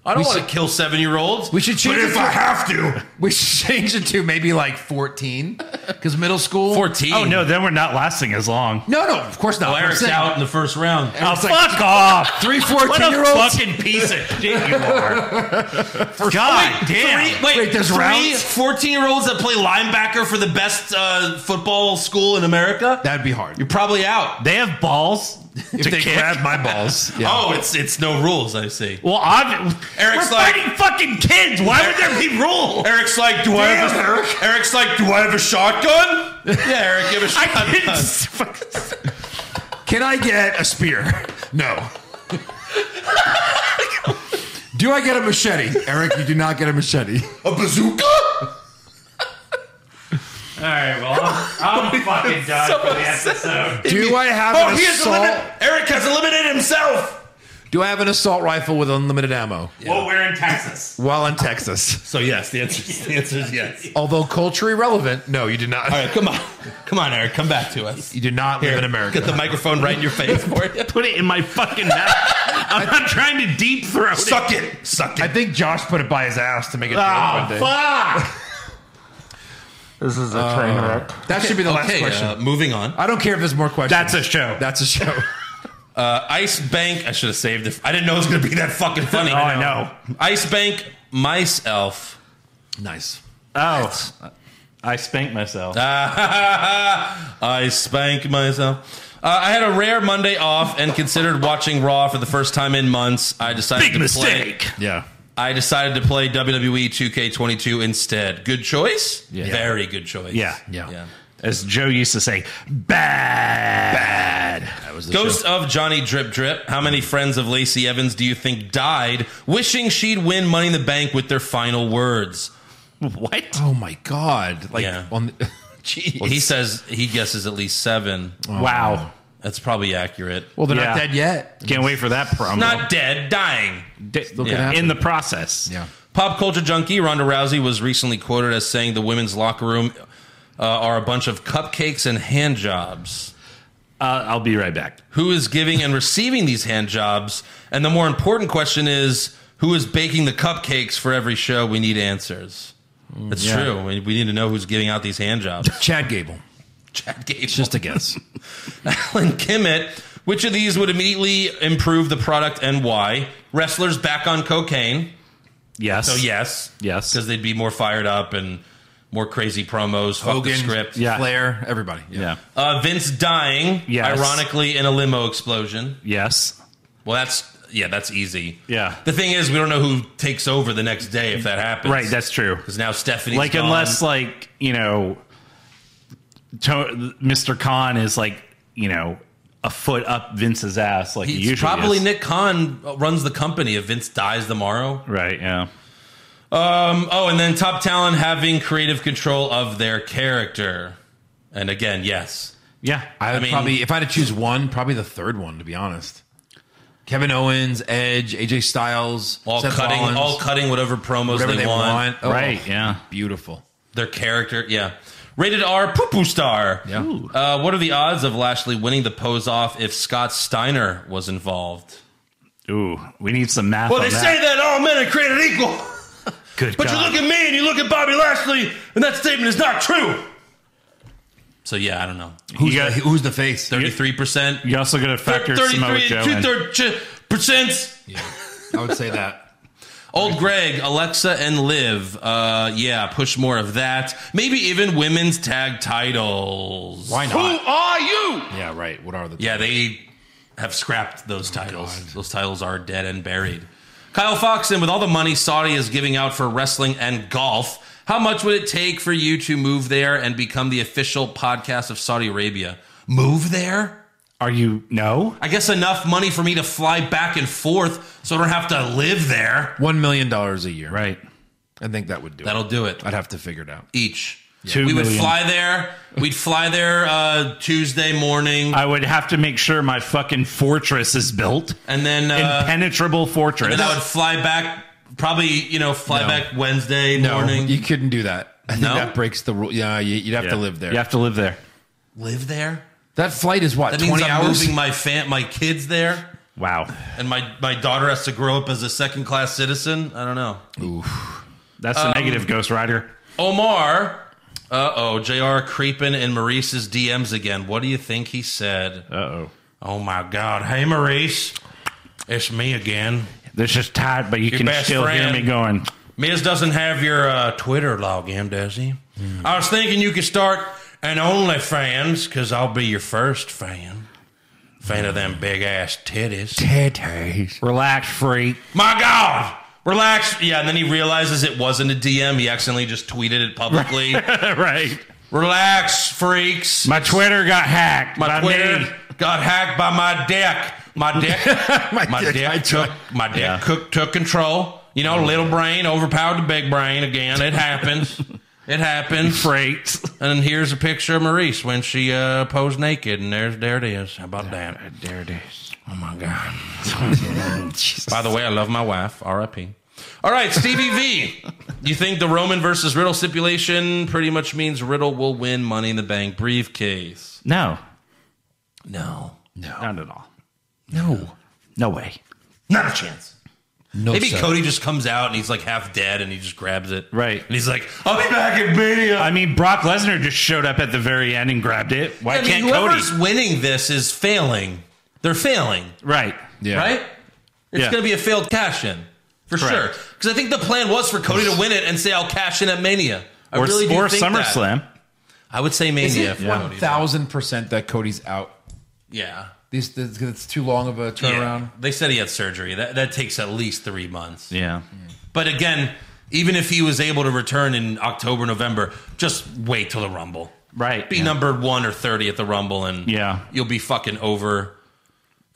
I don't
We
want to
should-
kill seven year olds.
We should change
But
it
if I
to,
have to,
we should change it to maybe like fourteen, because middle school
14.
Oh no, then we're not lasting as long.
No, no, of course not.
Oh,
I'm
Eric's
saying
out in the first round.
Oh, fuck off!
Three
What a
14 year olds.
fucking piece of shit you are. God damn.
Three, wait,
Wait, there's
three
rounds?
14 year olds that play linebacker for the best uh, football school in America?
That'd be hard.
You're probably out.
They have balls to
they
kick.
grab my balls. Yeah.
Oh, it's it's no rules, I see.
Well, I'm,
Eric's
we're
like-
fighting fucking kids. Why would there be rules?
Eric's like, do I have a, Eric? Eric's like, do I have a shotgun? Yeah, Eric, give a
I didn't
shotgun.
s- fucking-
Can I get a spear? No. do I get a machete? Eric, you do not get a machete.
a bazooka?
All right, well, I'm, I'm fucking done for the episode.
Do I have
Oh,
an
he has
assault?
eliminated. Eric has eliminated himself.
Do I have an assault rifle with unlimited ammo
Well, we're in Texas.
while in Texas?
So yes, the answer the answer is yes.
Although culturally relevant, no, you did not.
All right, come on, come on, Eric, come back to us.
You do not live
Here,
in America.
Get the microphone right in your face for you.
Put it in my fucking mouth. I'm not trying to deep throat.
Suck it, suck
I
it.
think Josh put it by his ass to make it.
Ah,
joke one day.
fuck.
This is a train wreck.
That should be the last
Okay,
question.
uh, moving on.
I don't care if there's more questions.
That's a show.
That's a show.
Uh, Ice Bank. I should have saved it. I didn't know it was going to be that fucking funny.
Oh, I know.
Ice Bank, Mice Elf.
nice.
Oh, I spanked myself.
I spank myself. Uh, I had a rare Monday off and considered watching Raw for the first time in months. I decided
Big
to
mistake.
Play,
Yeah.
I decided to play E WWE 2K22 instead. Good choice.
Yeah.
Very good choice.
Yeah.
Yeah.
Yeah.
As Joe used to say, bad.
That was the
Ghost of Johnny Drip Drip. How many friends of Lacey Evans do you think died wishing she'd win Money in the Bank with their final words?
What?
Oh my god! Like
Yeah.
on. The, Jeez.
Well, he says he guesses at least seven.
wow.
That's probably accurate.
Well, they're not
Yeah.
dead yet.
Can't wait for that promo.
Not dead, dying.
D-
could happen.
in the process.
Yeah.
Pop culture junkie Ronda Rousey was recently quoted as saying the women's locker room uh, are a bunch of cupcakes and hand jobs.
Uh, I'll be right back.
Who is giving and receiving these hand jobs? And the more important question is who is baking the cupcakes for every show? We need answers. It's
yeah.
true. We, we need to know who's giving out these hand jobs.
Chad Gable.
Chad Gable.
Just a guess.
Alan Kimmett. Which of these would immediately improve the product and why? Wrestlers back on cocaine.
Yes.
So yes,
Yes.
because they'd be more fired up and more crazy promos. Fuck the
Hogan,
script.
Yeah.
Flair, everybody.
Yeah.
Uh, Vince dying,
Yes.
ironically, in a limo explosion.
Yes.
Well, that's yeah, that's easy.
Yeah.
The thing is, we don't know who takes over the next day if that happens.
Right. That's true.
because now Stephanie.
Like, unless, like, you know, to- Mr. Khan is like, you know, a foot up Vince's ass, like he
He's
usually
probably
is.
Nick Khan runs the company. If Vince dies tomorrow,
Right. Yeah.
Um, oh, and then top talent having creative control of their character. And again, yes.
Yeah.
I would
I mean-
probably, if I had to choose one, probably the third one, to be honest. Kevin Owens, Edge, AJ Styles,
All
Seth
cutting,
Rollins,
all cutting whatever promos
whatever
they,
they,
want,
want. Oh,
right. Yeah.
Beautiful.
Their character, yeah. Rated R, poo poo star.
Yeah. Ooh.
Uh, what are the odds of Lashley winning the pose off if Scott Steiner was involved?
Ooh. We need some math.
Well,
on
they say that all men are created equal,
Good
but
God.
you look at me and you look at Bobby Lashley, and that statement is not true. So yeah, I don't know.
Who's,
got-
the, Uh, who's the face?
Thirty-three percent,
You also got to factor Samoa
thirty-three
Joe
and
in.
two-thirds percent.
I would say that.
Old Greg, Alexa, and Liv. Uh, yeah, push more of that. Maybe even women's tag titles.
Why
Who
not?
are you?
Yeah, right. What are the.
Yeah, they have scrapped those
Oh,
titles. Those titles are dead and buried. Kyle Fox, and with all the money Saudi is giving out for wrestling and golf, how much would it take for you to move there and become the official podcast of Saudi Arabia? Move there?
Are you no?
I guess enough money for me to fly back and forth so I don't have to live there.
$1 million a year.
Right.
I think that would do
That'll
it.
do it.
I'd have to figure it out.
each.
Two
we would
million.
fly there. We'd fly there uh, Tuesday morning,
I would have to make sure my fucking fortress is built.
and then uh,
Impenetrable fortress.
and then I would fly back. Probably you know fly
No.
back Wednesday morning.
You couldn't do that. I think
No?
that breaks the rule. Yeah, you, you'd have
Yeah.
to live there.
You have to live there.
Live there.
That flight is what
That means
twenty
I'm
hours.
moving my fam- my kids there,
Wow.
and my my daughter has to grow up as a second class citizen. I don't know.
That's
Um,
a negative Ghost Rider.
Omar. Uh oh, JR creeping in Maurice's DMs again. What do you think he said?
Uh oh.
Oh my God. Hey, Maurice. It's me again.
This is tight, but you can
best
still
friend.
hear me going.
Miz doesn't have your uh, Twitter login, does he? I was thinking you could start an OnlyFans because I'll be your first fan. Fan of them big ass titties.
Relax, freak.
My God! Relax. Yeah, and then he realizes it wasn't a DM. He accidentally just tweeted it publicly.
right.
Relax, freaks.
My Twitter got hacked.
My
by
Twitter
me.
got hacked by my dick. My dick. my, dick. took my dick
Yeah.
cook, took control. You know, little brain overpowered the big brain again. It happens. it happens.
Freaks.
And here's a picture of Maurice when she uh, posed naked, and there's there it is. How about that?
There it is.
Oh my god.
By the way, I love my wife. R.I.P. All right, Stevie V. You think the Roman versus Riddle stipulation pretty much means Riddle will win Money in the Bank briefcase?
No,
No,
not at all.
No.
No way.
not a chance.
No.
Maybe
sir.
Cody just comes out and he's like half dead and he just grabs it.
Right.
And he's like, I'll be back in Mania.
I mean, Brock Lesnar just showed up at the very end and grabbed it. Why
I mean,
can't Cody?
whoever's winning this is failing. They're failing,
Right.
Yeah.
right? It's
Yeah.
going to be a failed cash in for sure.
Correct.
Because I think the plan was for Cody to win it and say, I'll cash in at Mania. I
Or,
really do
or
think that.
SummerSlam.
I would say
Is
Mania
it
for Cody.
thousand percent that Cody's out?
Yeah.
These this, it's too long of a
Yeah.
turnaround.
They said he had surgery. That that takes at least three months.
Yeah.
But again, even if he was able to return in October, November, just wait till the Rumble.
Right.
Be
Yeah.
number one or thirty at the Rumble, and
Yeah.
you'll be fucking over.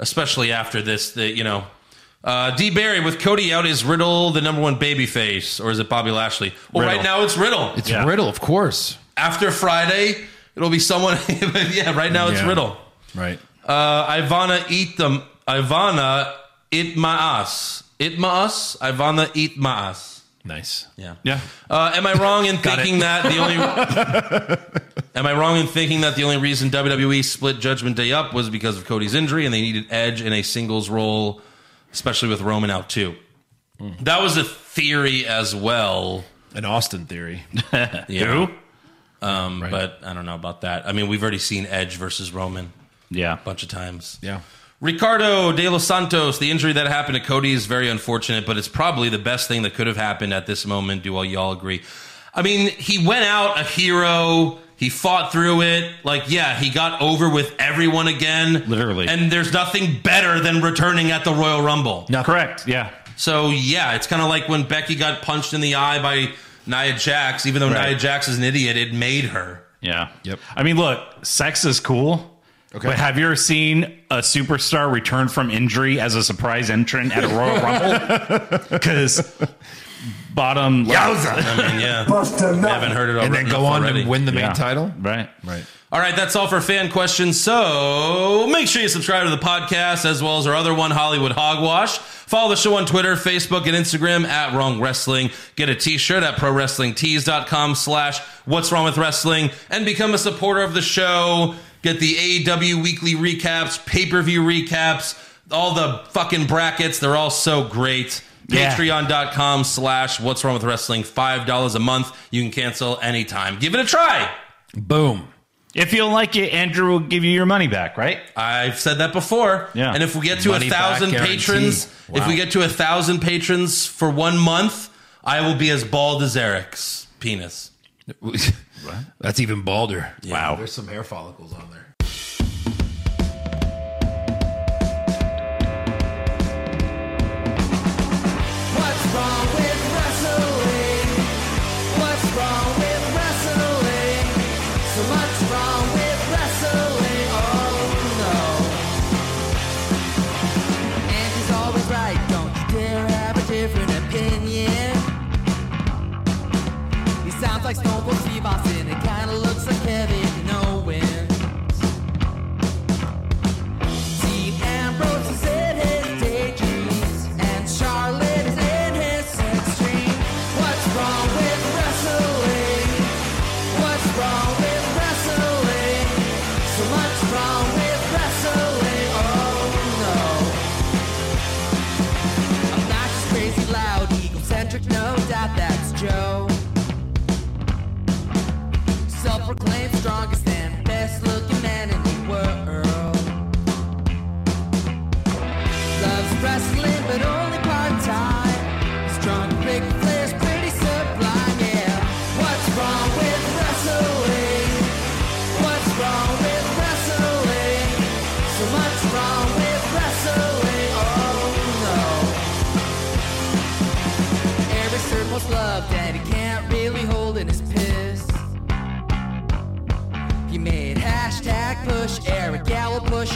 Especially after this, the you know. Uh, D. Barry with Cody out is Riddle the number one babyface, or is it Bobby Lashley? Well,
Riddle.
right now it's Riddle.
It's
Yeah.
Riddle, of course.
after Friday, it'll be someone. yeah, right now it's
Yeah.
Riddle.
Right.
Uh, Ivana eat them. Ivana eat maas. It maas. Ivana eat maas.
Nice.
Yeah.
Yeah.
Uh, am I wrong in thinking that the only? am I wrong in thinking that the only reason WWE split Judgment Day up was because of Cody's injury and they needed Edge in a singles role, especially with Roman out too. That was a theory as well.
An Austin theory.
Yeah. Um, But I don't know about that. I mean, we've already seen Edge versus Roman
Yeah.
a bunch of times.
Yeah.
Ricardo De Los Santos, the injury that happened to Cody is very unfortunate, but it's probably the best thing that could have happened at this moment. Do all y'all agree? I mean, he went out a hero. He fought through it. Like, yeah, he got over with everyone again.
Literally.
And there's nothing better than returning at the Royal Rumble.
Correct. Yeah.
So, yeah, it's kind of like when Becky got punched in the eye by Nia Jax. Even though
Right.
Nia Jax is an idiot, it made her.
Yeah.
Yep.
I mean, look, sex is cool. Okay. But have you ever seen a superstar return from injury as a surprise entrant at a Royal Rumble? Because bottom left.
I mean, yeah.
Busta
I haven't heard it
And
already.
then go on
already.
to win the main
Yeah.
title.
Right.
Right.
All right, that's all for fan questions. So make sure you subscribe to the podcast as well as our other one, Hollywood Hogwash. Follow the show on Twitter, Facebook, and Instagram at Wrong Wrestling. Get a t-shirt at ProWrestlingTees.com slash What's Wrong With Wrestling and become a supporter of the show. Get the AEW weekly recaps, pay-per-view recaps, all the fucking brackets. They're all so great.
Yeah.
Patreon.com slash What's Wrong With Wrestling. $5 a month. You can cancel anytime. Give it a try.
Boom.
If you don't like it, Andrew will give you your money back, right?
I've said that before.
Yeah.
And if we get to
Money
a
back
thousand
guarantee.
patrons, if we get to a thousand patrons for one month, I will be as bald as Eric's penis.
That's even balder.
Wow.
There's some hair follicles on there.
What's wrong with wrestling? What's wrong with wrestling? So much wrong with wrestling. Oh no. And he's always right. Don't you dare have a different opinion. He sounds like Stone Cold Steve Austin. It kinda looks like Kevin Owens. Dean Ambrose is in his daydreams, and Charlotte is in his sex dream. What's wrong with wrestling? What's wrong with wrestling? So much wrong with wrestling. Oh no. Obnoxious, crazy, loud, egocentric, no doubt that's Joe. Self-proclaimed strongest and best-looking man in the world. Loves wrestling, but only part time. Strong big players, pretty sublime, yeah. What's wrong with wrestling? What's wrong with wrestling? So much wrong with wrestling, oh no. Every circle's love that he can't really hold in his piss. He made hashtag push Eric Gallo push